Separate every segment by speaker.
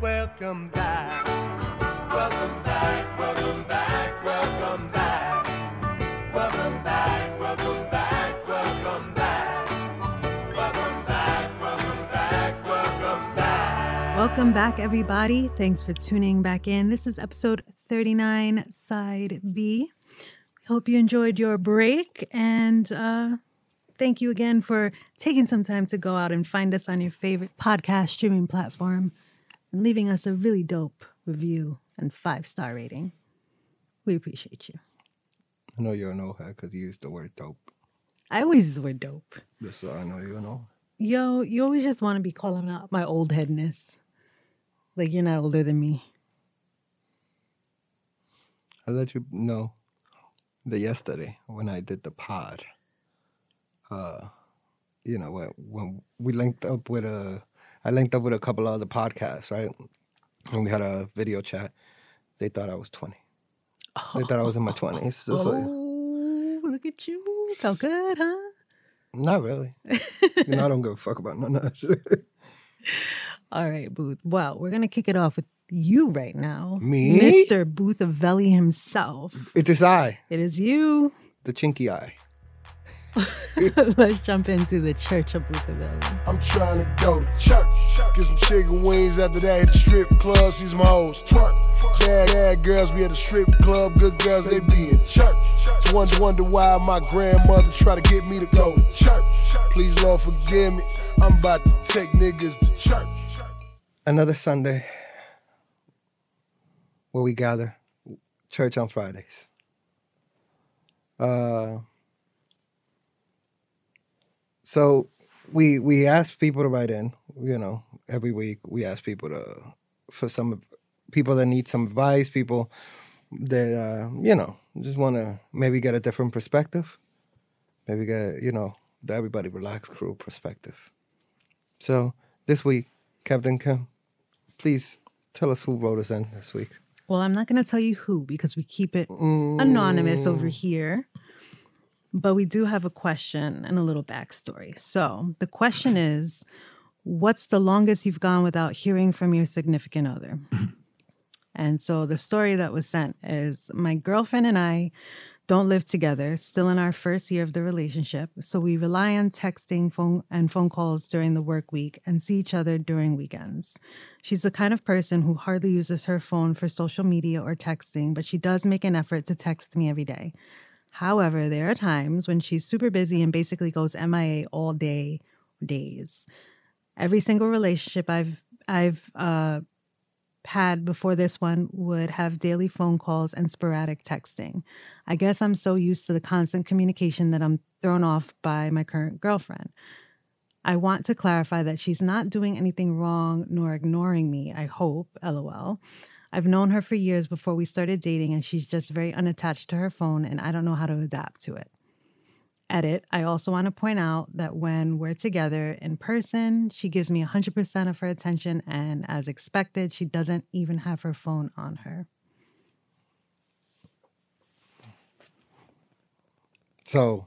Speaker 1: Welcome back. Welcome back. Welcome back. Welcome back. Welcome back. Welcome back. Welcome back. Welcome back. Welcome back. Welcome back.
Speaker 2: Welcome back, everybody. Thanks for tuning back in. This is episode 39, Side B. Hope you enjoyed your break and uh, thank you again for taking some time to go out and find us on your favorite podcast streaming platform and leaving us a really dope review and five star rating. We appreciate you.
Speaker 3: I know you know her because you used the word dope.
Speaker 2: I always use the word dope.
Speaker 3: That's all I know you know.
Speaker 2: Yo, you always just want to be calling out my old headness. Like you're not older than me.
Speaker 3: I let you know that yesterday when I did the pod, uh, you know, when, when we linked up with a, I linked up with a couple other podcasts, right? And we had a video chat. They thought I was 20. They thought I was in my 20s. It's like,
Speaker 2: Oh, look at you. Felt good, huh?
Speaker 3: not really. you know, I don't give a fuck about none of that shit.
Speaker 2: All right, Booth. Well, we're going to kick it off with you right now.
Speaker 3: Me?
Speaker 2: Mr. Boothavelli himself.
Speaker 3: It is I,
Speaker 2: It is you.
Speaker 3: the chinky eye.
Speaker 2: Let's jump into the Church of Boothavelli.
Speaker 4: I'm trying to go to church. Get some chicken wings after that. Hit the strip club, see some hoes. Twerk. Sad, sad girls be at the strip club. Good girls, they be in church. It's one to wonder why my grandmother try to get me to go to church. Please, Lord, forgive me. I'm about to take niggas to church.
Speaker 3: another Sunday where we gather church on Fridays. Uh, so we we ask people to write in. You know, every week we ask people to for some people that need some advice, people that uh, you know just want to maybe get a different perspective, maybe get you know the everybody relax crew perspective. So this week, Captain Kim, please tell us who wrote us in this week.
Speaker 2: Well, I'm not going to tell you who because we keep it anonymous over here. But we do have a question and a little backstory. So the question is What's the longest you've gone without hearing from your significant other? And so the story that was sent is my girlfriend and I don't live together, still in our first year of the relationship. So we rely on texting phone and phone calls during the work week and see each other during weekends. She's the kind of person who hardly uses her phone for social media or texting, but she does make an effort to text me every day. However, there are times when she's super busy and basically goes MIA all day, days. Every single relationship I've I've uh had before this one would have daily phone calls and sporadic texting. I guess I'm so used to the constant communication that I'm thrown off by my current girlfriend. I want to clarify that she's not doing anything wrong nor ignoring me, I hope, lol. I've known her for years before we started dating, and she's just very unattached to her phone, and I don't know how to adapt to it edit, I also want to point out that when we're together in person, she gives me 100% of her attention. And as expected, she doesn't even have her phone on her.
Speaker 3: So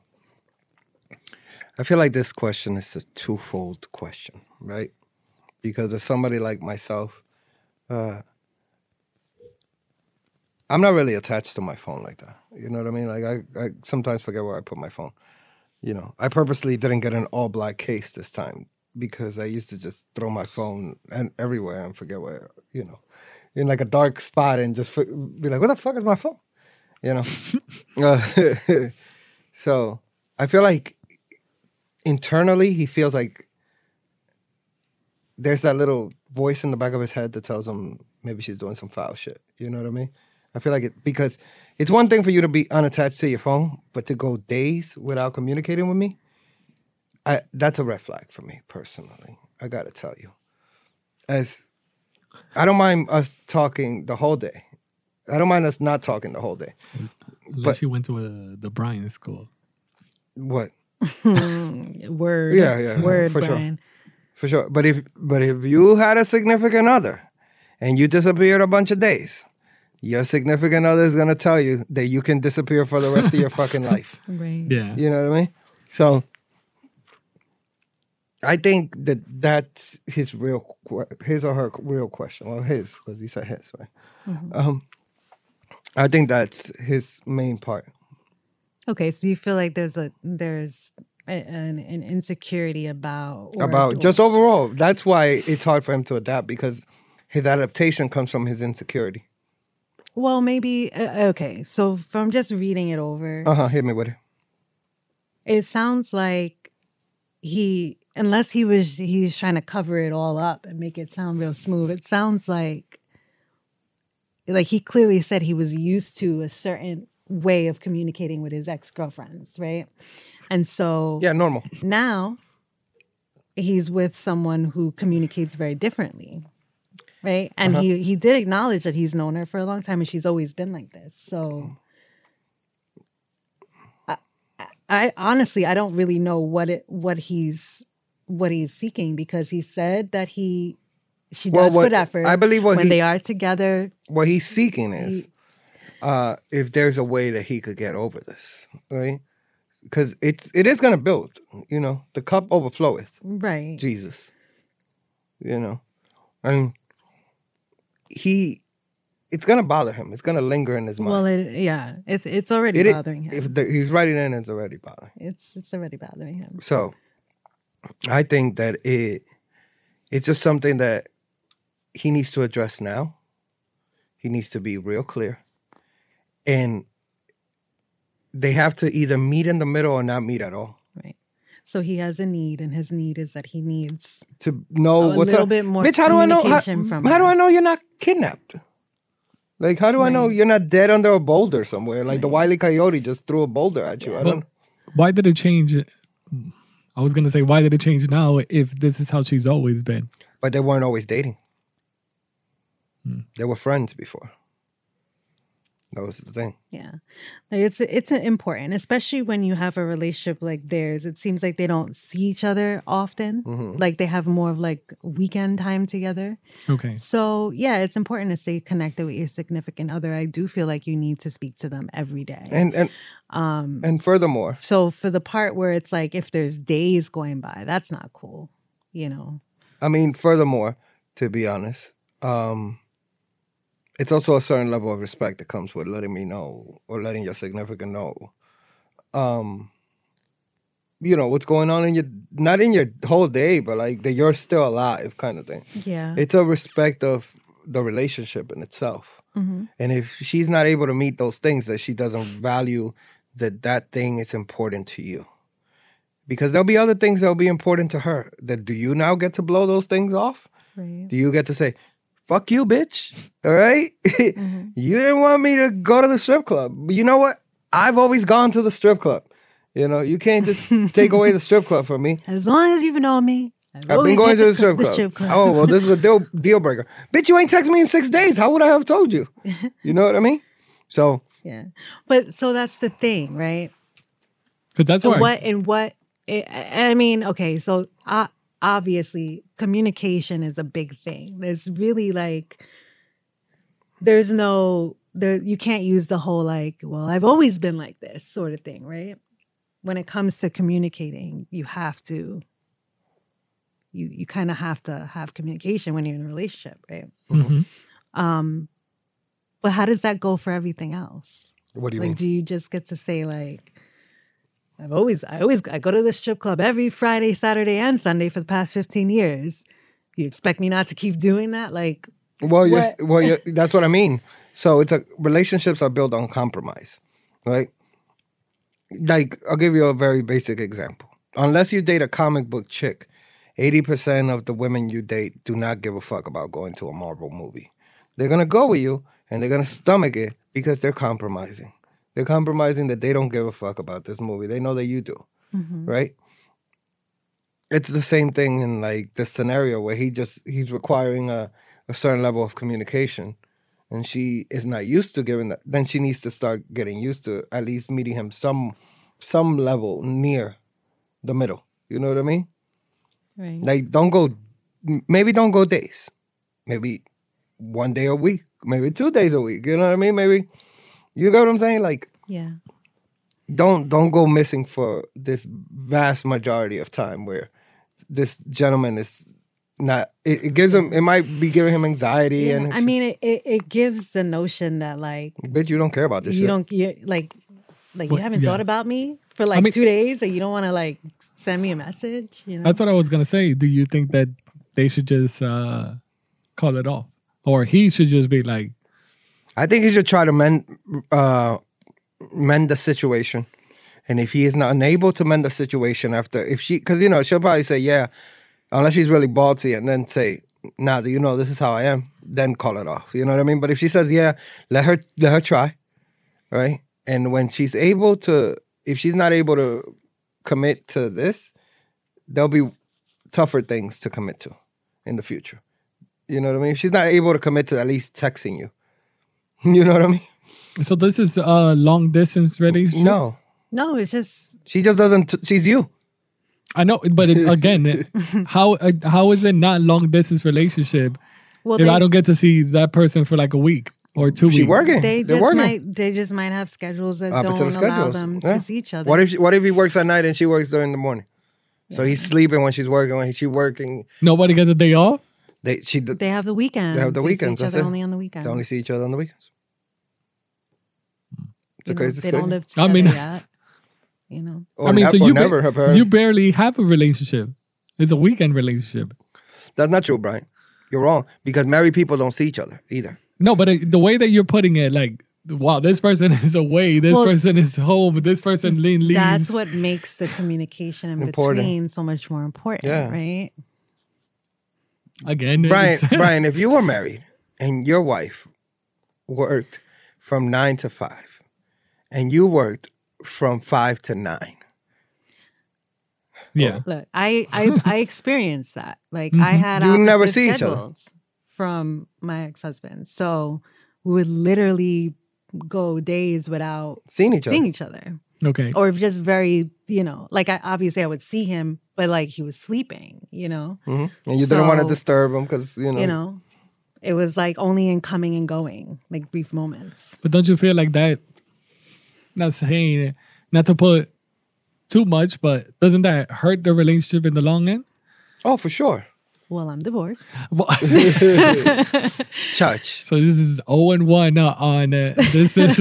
Speaker 3: I feel like this question is a twofold question, right? Because as somebody like myself, uh, I'm not really attached to my phone like that. You know what I mean? Like I, I sometimes forget where I put my phone. You know, I purposely didn't get an all black case this time because I used to just throw my phone and everywhere and forget where, you know, in like a dark spot and just f- be like, "What the fuck is my phone?" You know. Uh, So I feel like internally he feels like there's that little voice in the back of his head that tells him maybe she's doing some foul shit. You know what I mean? I feel like it because it's one thing for you to be unattached to your phone, but to go days without communicating with me, I that's a red flag for me personally. I gotta tell you. As I don't mind us talking the whole day. I don't mind us not talking the whole day.
Speaker 5: Unless you went to uh, the Bryan school.
Speaker 3: What?
Speaker 2: Word.
Speaker 3: Yeah, yeah,
Speaker 2: Word,
Speaker 3: for sure.
Speaker 2: Brian.
Speaker 3: For sure. But if but if you had a significant other and you disappeared a bunch of days, your significant other is gonna tell you that you can disappear for the rest of your fucking life.
Speaker 2: Right.
Speaker 5: Yeah.
Speaker 3: You know what I mean? So I think that that's his real, que- his or her real question. Well, his because he said his, right? Um, I think that's his main part.
Speaker 2: Okay, so you feel like there's a there's a, an, an insecurity about or-
Speaker 3: about just overall. That's why it's hard for him to adapt because his adaptation comes from his insecurity.
Speaker 2: well maybe uh, okay. So from just reading it over,
Speaker 3: Uh huh. Hit me with it.
Speaker 2: it sounds like he unless he was he's trying to cover it all up and make it sound real smooth. It sounds like like he clearly said he was used to a certain way of communicating with his ex-girlfriends, right? And so
Speaker 3: Yeah, normal.
Speaker 2: now he's with someone who communicates very differently right and
Speaker 3: Uh-huh.
Speaker 2: he he did acknowledge that he's known her for a long time and she's always been like this so I, I honestly i don't really know what it what he's what he's seeking because he said that he she does
Speaker 3: Well, what-
Speaker 2: put effort
Speaker 3: I believe what
Speaker 2: when
Speaker 3: he-
Speaker 2: they are together
Speaker 3: What he's seeking is uh, if there's a way that he could get over this, right? Because it's it is gonna build. You know, the cup overfloweth.
Speaker 2: right
Speaker 3: Jesus. You know, and he, it's gonna bother him. It's gonna linger in his mind.
Speaker 2: well it, yeah it, it's already
Speaker 3: It-
Speaker 2: bothering him
Speaker 3: If the, he's writing in, it's already bothering.
Speaker 2: it's it's already bothering him
Speaker 3: So I think that it it's just something that he needs to address now. He needs to be real clear. And they have to either meet in the middle or not meet at all.
Speaker 2: Right. So he has a need, and his need is that he needs.
Speaker 3: To know
Speaker 2: A
Speaker 3: what's
Speaker 2: little
Speaker 3: up.
Speaker 2: bit more
Speaker 3: Bitch, how do I know how,
Speaker 2: communication from
Speaker 3: how do
Speaker 2: her.
Speaker 3: I know you're not kidnapped? Like how do I know
Speaker 2: Right.
Speaker 3: you're not dead under a boulder somewhere? Like the wily coyote just threw a boulder at you. I
Speaker 5: But
Speaker 3: don't
Speaker 5: why did it change? I was gonna say why did it change now if this is how she's always been?
Speaker 3: But they weren't always dating. They were friends before. That was the thing.
Speaker 2: Yeah, like it's it's important, especially when you have a relationship like theirs. It seems like they don't see each other often.
Speaker 3: Mm-hmm.
Speaker 2: Like they have more of like weekend time together.
Speaker 5: Okay,
Speaker 2: So yeah, it's important to stay connected with your significant other. I do feel like you need to speak to them every day.
Speaker 3: And and and furthermore,
Speaker 2: so for the part where it's like if there's days going by, that's not cool. You know,
Speaker 3: I mean, furthermore, to be honest, um, it's also a certain level of respect that comes with letting me know or letting your significant know, um, you know what's going on in your not in your whole day, but like that you're still alive, kind of thing.
Speaker 2: yeah,
Speaker 3: It's a respect of the relationship in itself. And if she's not able to meet those things, that she doesn't value that that thing is important to you. Because there'll be other things that'll be important to her. That do you now get to blow those things off?
Speaker 2: right.
Speaker 3: Do you get to say, fuck you, bitch? All right? you didn't want me to go to the strip club. But you know what? I've always gone to the strip club. You know, you can't just take away the strip club from me.
Speaker 2: As long as you've known me, I've,
Speaker 3: I've
Speaker 2: always
Speaker 3: been going
Speaker 2: had
Speaker 3: to the strip, club. Oh well, this is a deal deal breaker. Bitch, you ain't text me in six days. How would I have told you? You know what I mean? So
Speaker 2: Yeah. But so that's the thing, right?
Speaker 5: because that's
Speaker 2: So
Speaker 5: why.
Speaker 2: what and what I I mean, okay, so uh, obviously communication is a big thing. It's really like there's no there you can't use the whole like, well, I've always been like this sort of thing, right? When it comes to communicating, you have to you you kind of have to have communication when you're in a relationship, right?
Speaker 5: Mhm.
Speaker 2: Um but how does that go for everything else?
Speaker 3: what do you
Speaker 2: like,
Speaker 3: mean?
Speaker 2: do you just get to say like, I've always, I always, I go to this strip club every Friday, Saturday, and Sunday for the past fifteen years. You expect me not to keep doing that? Like,
Speaker 3: Well, you're, s- well, you're, that's what I mean. So it's a relationships are built on compromise, right? Like I'll give you a very basic example. Unless you date a comic book chick, eighty percent of the women you date do not give a fuck about going to a Marvel movie. They're gonna go with you and they're gonna stomach it because they're compromising. They're compromising that they don't give a fuck about this movie. They know that you do, right? it's the same thing in like this scenario where he just he's requiring a, a certain level of communication and she is not used to giving that then she needs to start getting used to at least meeting him some some level near the middle you know what i mean
Speaker 2: right?
Speaker 3: like don't go m- maybe don't go days maybe one day a week maybe two days a week you know what i mean maybe you get what i'm saying like
Speaker 2: yeah,
Speaker 3: don't don't go missing for this vast majority of time where this gentleman is not. It, it gives him. It might be giving him anxiety and.
Speaker 2: I mean, it, it, it gives the notion that like
Speaker 3: Bitch, you don't care about this
Speaker 2: you
Speaker 3: shit.
Speaker 2: don't you like like
Speaker 5: Well,
Speaker 2: you haven't
Speaker 5: yeah.
Speaker 2: thought about me for like
Speaker 5: mean-
Speaker 2: two days, and you don't want to like send me a message. You know,
Speaker 5: That's what I was gonna say. Do you think that they should just uh, call it off, or he should just be like,
Speaker 3: I think he should try to mend uh, mend the situation. And if he is not unable to mend the situation after, if she, because you know, she'll probably say, yeah, unless she's really ballsy and then say, nah, do you know this is how I am? Then call it off. You know what I mean? But if she says, yeah, let her, let her try, right? And when she's able to, if she's not able to commit to this, there'll be tougher things to commit to in the future. You know what I mean? If she's not able to commit to at least texting you, you know what I mean?
Speaker 5: "So this is a uh, long distance relationship."
Speaker 3: No,
Speaker 2: no, it's just
Speaker 3: she just doesn't. T- she's you.
Speaker 5: I know, but it, again, it- how uh, how is it not long distance relationship
Speaker 2: well
Speaker 5: if
Speaker 2: they,
Speaker 5: I don't get to see that person for like a week or two
Speaker 3: She
Speaker 5: weeks?
Speaker 3: working.
Speaker 2: they
Speaker 3: They
Speaker 2: just
Speaker 3: are working.
Speaker 2: might they just might have schedules that
Speaker 3: Opposite
Speaker 2: don't
Speaker 3: of
Speaker 2: allow
Speaker 3: schedules.
Speaker 2: them
Speaker 3: Yeah.
Speaker 2: to see each other.
Speaker 3: What if she, what if he works at night and she works during the morning? So he's sleeping when she's working. When she's working,
Speaker 5: Nobody gets a day off.
Speaker 3: they she d-
Speaker 2: they have the weekend?
Speaker 3: They have the
Speaker 2: see
Speaker 3: weekends,
Speaker 2: each
Speaker 3: that's
Speaker 2: other
Speaker 3: it.
Speaker 2: only on the weekend.
Speaker 3: they only see each other on the weekends. It's a
Speaker 2: You know,
Speaker 3: crazy
Speaker 2: they don't
Speaker 3: schedule.
Speaker 2: live
Speaker 5: I
Speaker 2: together
Speaker 5: mean-
Speaker 2: yet. You know,
Speaker 3: Or
Speaker 5: I mean,
Speaker 3: nev-
Speaker 5: so
Speaker 3: or
Speaker 5: you ba-
Speaker 3: never apparently.
Speaker 5: you barely have a relationship. It's a weekend relationship.
Speaker 3: That's not true, Brian. You're wrong because married people don't see each other either.
Speaker 5: No, but uh, the way that you're putting it, like, wow, this person is away, this
Speaker 2: Well-
Speaker 5: person is home, this person lean leaves.
Speaker 2: that's what makes the communication in
Speaker 3: Important.
Speaker 2: between so much more important,
Speaker 3: Yeah.
Speaker 2: right?
Speaker 5: again.
Speaker 3: Brian,
Speaker 5: it's-
Speaker 3: Brian, if you were married and your wife worked from nine to five, and you worked from five to nine,
Speaker 5: yeah,
Speaker 2: Look, I I, I experienced that. Like I
Speaker 5: Mm-hmm.
Speaker 2: had
Speaker 3: You never
Speaker 2: opposite
Speaker 3: see each other.
Speaker 2: schedules from my ex husband, so we would literally go days without
Speaker 3: seeing each other,
Speaker 2: seeing each other,
Speaker 5: okay.
Speaker 2: or just very you know, like I obviously I would see him, but like he was sleeping, you know,
Speaker 3: and you didn't want to
Speaker 2: So-
Speaker 3: disturb them because
Speaker 2: you know. It was like only in coming and going, like brief moments.
Speaker 5: But don't you feel like that? Not saying it, not to put too much, but doesn't that hurt the relationship in the long end?
Speaker 3: Oh, for sure.
Speaker 2: Well, I'm divorced.
Speaker 5: Well,
Speaker 3: Church.
Speaker 5: so this is zero and one uh, on uh, this is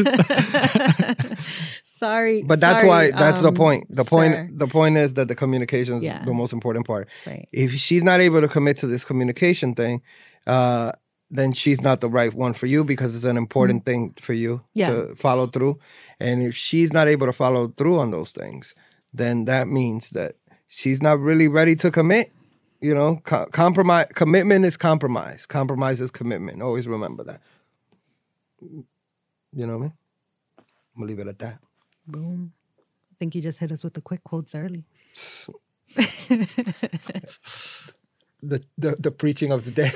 Speaker 2: Sorry,
Speaker 3: But that's
Speaker 2: sorry,
Speaker 3: why that's the
Speaker 2: um,
Speaker 3: point. The point
Speaker 2: sir.
Speaker 3: the point is that the communication is
Speaker 2: Yeah.
Speaker 3: the most important part.
Speaker 2: Right.
Speaker 3: If she's not able to commit to this communication thing, uh, then she's not the right one for you because it's an important thing for you
Speaker 2: Yeah.
Speaker 3: to follow through. And if she's not able to follow through on those things, then that means that she's not really ready to commit. You know, co- compromise commitment is compromise. Compromise is commitment. Always remember that. You know what I mean? I'm gonna leave it at that.
Speaker 2: Boom. I think you just hit us with the quick quotes early.
Speaker 3: the, the, the preaching of the day.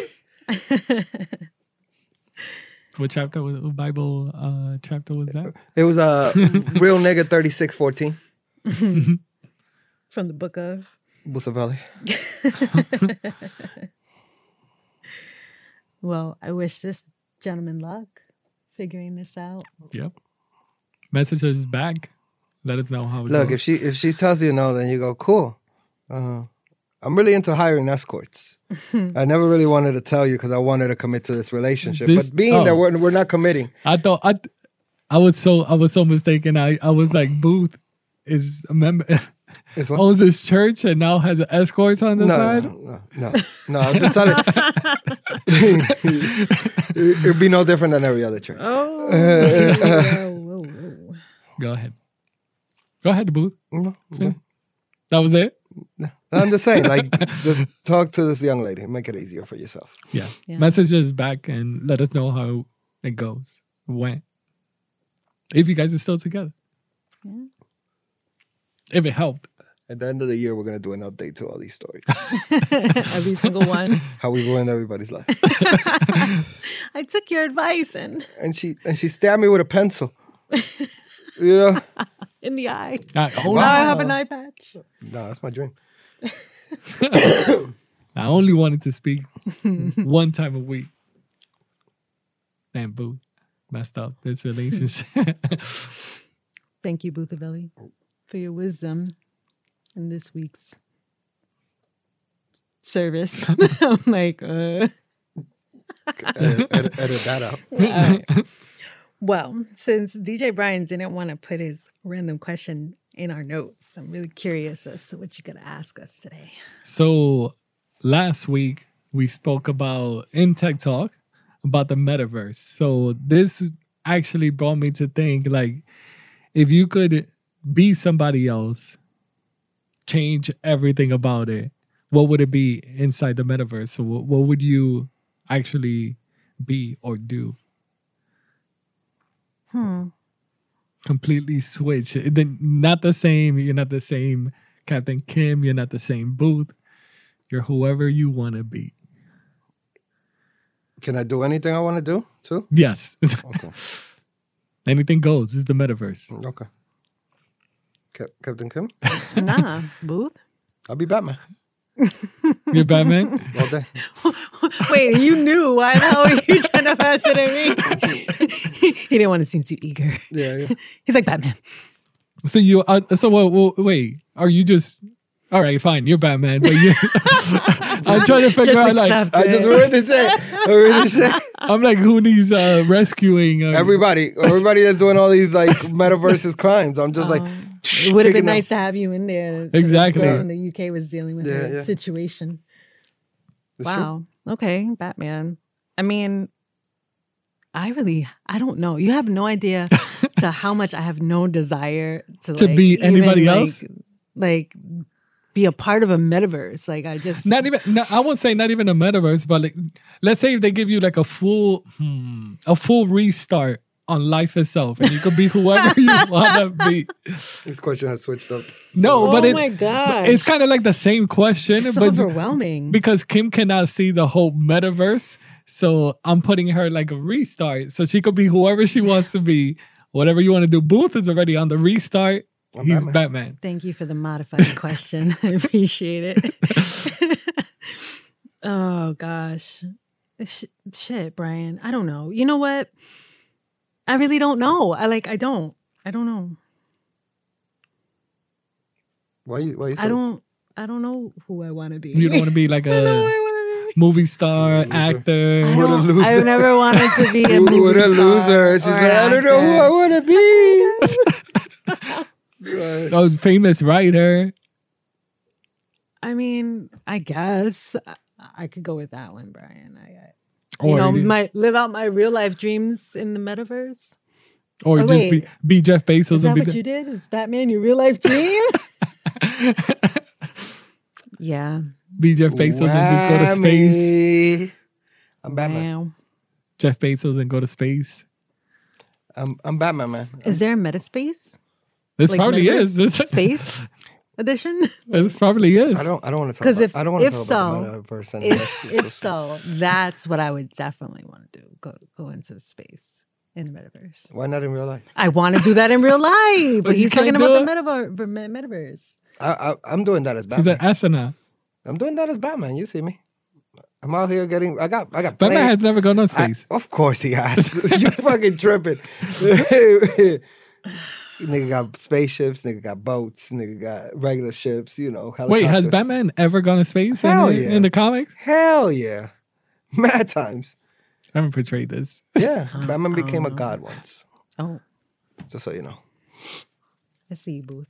Speaker 5: what chapter was what Bible uh, chapter was that?
Speaker 3: It was a real nigga 3614,
Speaker 2: From the book of.
Speaker 3: Busavelli.
Speaker 2: Well, I wish this gentleman luck figuring this out.
Speaker 5: Yep. Message us back. Let us know how it
Speaker 3: Look,
Speaker 5: goes.
Speaker 3: if she if she tells you no, then you go cool. Uh, I'm really into hiring escorts. I never really wanted to tell you because I wanted to commit to this relationship.
Speaker 5: This-
Speaker 3: but being
Speaker 5: oh.
Speaker 3: that we're, we're not committing,
Speaker 5: I thought I, I was so I was so mistaken. I, I was like Booth is a member
Speaker 3: it's one-
Speaker 5: owns this church and now has escorts on the
Speaker 3: no,
Speaker 5: side.
Speaker 3: no, no, no, no. I'm just telling. it, it'd be no different than every other church.
Speaker 2: Oh. whoa, whoa, whoa.
Speaker 5: Go ahead, go ahead, Booth.
Speaker 3: No, okay.
Speaker 5: That was it.
Speaker 3: I'm just saying, like, just talk to this young lady. Make it easier for yourself.
Speaker 5: Yeah.
Speaker 2: Yeah.
Speaker 5: Message us back and let us know how it goes. When, if you guys are still together, if it helped.
Speaker 3: At the end of the year, we're gonna do an update to all these stories.
Speaker 2: Every single one.
Speaker 3: how we ruined everybody's life.
Speaker 2: I took your advice and
Speaker 3: And she and she stabbed me with a pencil. You know?
Speaker 2: in the eye.
Speaker 5: I, only,
Speaker 2: Now I have an eye patch.
Speaker 3: No, that's my dream.
Speaker 5: I only wanted to speak one time a week. Damn, Booth messed up this relationship.
Speaker 2: Thank you, Boothavelli, for your wisdom in this week's service. I'm like, uh.
Speaker 3: edit, edit- edit that out.
Speaker 2: Well, since DJ Brian didn't want to put his random question in our notes, I'm really curious as to what you're going to ask us today.
Speaker 5: So last week we spoke about in Tech Talk about the metaverse. So this actually brought me to think like if you could be somebody else, change everything about it, what would it be inside the metaverse? So what, what would you actually be or do?
Speaker 2: Hmm.
Speaker 5: Completely switch. It didn't- Not the same. You're not the same Captain Kim. You're not the same Booth. You're whoever you want to be.
Speaker 3: Can I do anything I want to do too?
Speaker 5: Yes.
Speaker 3: Okay.
Speaker 5: Anything goes. It's the metaverse.
Speaker 3: Okay. Cap- Captain Kim?
Speaker 2: Nah, Booth.
Speaker 3: I'll be Batman
Speaker 5: You're Batman?
Speaker 3: all day.
Speaker 2: Wait, you knew. Why the hell were you trying to pass it at me? he didn't want to seem too eager.
Speaker 3: Yeah, yeah.
Speaker 2: He's like, Batman.
Speaker 5: so you are, so wha- wha- wait, are you just all right, fine, you're Batman, but you I'm trying to figure
Speaker 2: Just
Speaker 5: out like
Speaker 2: accept
Speaker 3: I
Speaker 2: it.
Speaker 3: just already said. I already said.
Speaker 5: I'm like who needs uh rescuing uh,
Speaker 3: Everybody, everybody that's doing all these like metaverses crimes. I'm just like,
Speaker 2: It would
Speaker 3: taking
Speaker 2: have been
Speaker 3: them.
Speaker 2: nice to have you in there.
Speaker 5: Exactly.
Speaker 2: This girl From the UK was dealing with
Speaker 3: Yeah,
Speaker 2: her
Speaker 3: yeah.
Speaker 2: situation.
Speaker 3: It's true.
Speaker 2: Wow. Okay, Batman. I mean, I really, I don't know. You have no idea to how much I have no desire to
Speaker 5: To
Speaker 2: like,
Speaker 5: be
Speaker 2: even,
Speaker 5: anybody
Speaker 2: like-
Speaker 5: else?
Speaker 2: Like, be a part of a metaverse. Like, I just
Speaker 5: not even no, I won't say not even a metaverse, but like let's say if they give you like a full hmm, a full restart on life itself and you could be whoever you wanna be.
Speaker 3: This question has switched up.
Speaker 5: No, but
Speaker 2: oh
Speaker 5: it,
Speaker 2: my god,
Speaker 5: it's kind of like the same question,
Speaker 2: it's
Speaker 5: but
Speaker 2: overwhelming.
Speaker 5: because Kim cannot see the whole metaverse. So I'm putting her like a restart. So she could be whoever she wants to be, whatever you want to do. Booth is already on the restart.
Speaker 3: I'm
Speaker 5: He's
Speaker 3: Batman.
Speaker 5: Batman.
Speaker 2: Thank you for the modified question. I appreciate it. oh gosh. Sh- shit, Brian. I don't know. You know what? I really don't know. I like I don't. I don't know.
Speaker 3: Why you? Why you?
Speaker 2: I don't I don't know who I want to be.
Speaker 5: You don't want to be like
Speaker 2: I don't know who I
Speaker 5: a
Speaker 2: wanna be.
Speaker 5: movie star, actor.
Speaker 2: I
Speaker 3: What a
Speaker 2: don't-
Speaker 3: loser.
Speaker 2: I've never wanted to be a movie
Speaker 3: What a
Speaker 2: star
Speaker 3: loser! She's
Speaker 2: or
Speaker 3: like,
Speaker 2: an
Speaker 3: I don't know who I
Speaker 2: actor.
Speaker 3: want to be. Right.
Speaker 5: A famous writer.
Speaker 2: I mean, I guess I, I could go with that one, Brian. I, I
Speaker 5: Or,
Speaker 2: you know, my live out my real life dreams in the metaverse.
Speaker 5: or
Speaker 2: oh,
Speaker 5: just be,
Speaker 2: wait.
Speaker 5: be Jeff Bezos
Speaker 2: Is
Speaker 5: and
Speaker 2: that
Speaker 5: be
Speaker 2: what
Speaker 5: the,
Speaker 2: you did? Is Batman your real life dream? yeah.
Speaker 5: be Jeff Bezos and just go to space.
Speaker 3: Whammy. I'm Batman.
Speaker 2: Wow.
Speaker 5: Jeff Bezos and go to space.
Speaker 3: I'm, I'm Batman, man.
Speaker 2: Is there a metaspace?
Speaker 5: This
Speaker 2: Like
Speaker 5: probably
Speaker 2: metaverse?
Speaker 5: is. This,
Speaker 2: space edition.
Speaker 5: this probably is.
Speaker 3: I don't. I don't want to talk.
Speaker 2: 'Cause
Speaker 3: About,
Speaker 2: if-
Speaker 3: I don't want to
Speaker 2: if
Speaker 3: talk about
Speaker 2: so,
Speaker 3: the metaverse. And
Speaker 2: If,
Speaker 3: this.
Speaker 2: if so, that's what I would definitely want to do. Go go into space in the metaverse.
Speaker 3: Why not in real life?
Speaker 2: I want to do that in real life. But
Speaker 5: you
Speaker 2: he's talking
Speaker 5: can't
Speaker 2: about the
Speaker 5: do it.
Speaker 2: metaver- ver- me- metaverse.
Speaker 3: I, I, I'm doing that as
Speaker 5: She's
Speaker 3: Batman.
Speaker 5: an astronaut.
Speaker 3: I'm doing that as Batman. You see me? I'm out here getting. I got. I got.
Speaker 5: Batman
Speaker 3: played.
Speaker 5: has never gone on
Speaker 3: I-
Speaker 5: space.
Speaker 3: of course he has. you fucking tripping. nigga got spaceships. Nigga got boats. Nigga got regular ships. You know. Helicopters.
Speaker 5: Wait, has Batman ever gone to space in,
Speaker 3: Hell
Speaker 5: the-
Speaker 3: yeah.
Speaker 5: in the comics?
Speaker 3: Hell yeah, mad times.
Speaker 5: I haven't portrayed this.
Speaker 3: Yeah, Batman became a god once.
Speaker 2: Oh,
Speaker 3: Just so you know.
Speaker 2: I see you, Booth.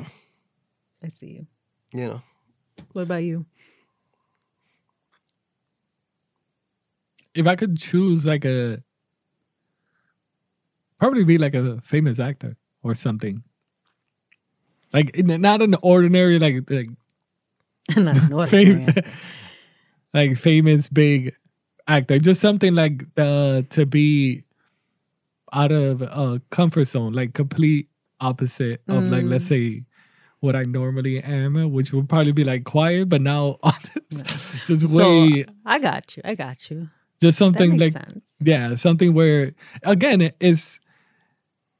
Speaker 2: I see you.
Speaker 3: You know.
Speaker 2: What about you?
Speaker 5: If I could choose, like a probably be like a famous actor or something, like n- not an ordinary like like
Speaker 2: Not an ordinary
Speaker 5: fam-
Speaker 2: man.
Speaker 5: like famous big actor, just something like uh, to be out of uh, comfort zone, like complete opposite of like let's say what I normally am, which would probably be like quiet, but now on this, just
Speaker 2: So
Speaker 5: way
Speaker 2: I got you. I got you.
Speaker 5: just
Speaker 2: That
Speaker 5: something like
Speaker 2: makes sense.
Speaker 5: yeah something where again it's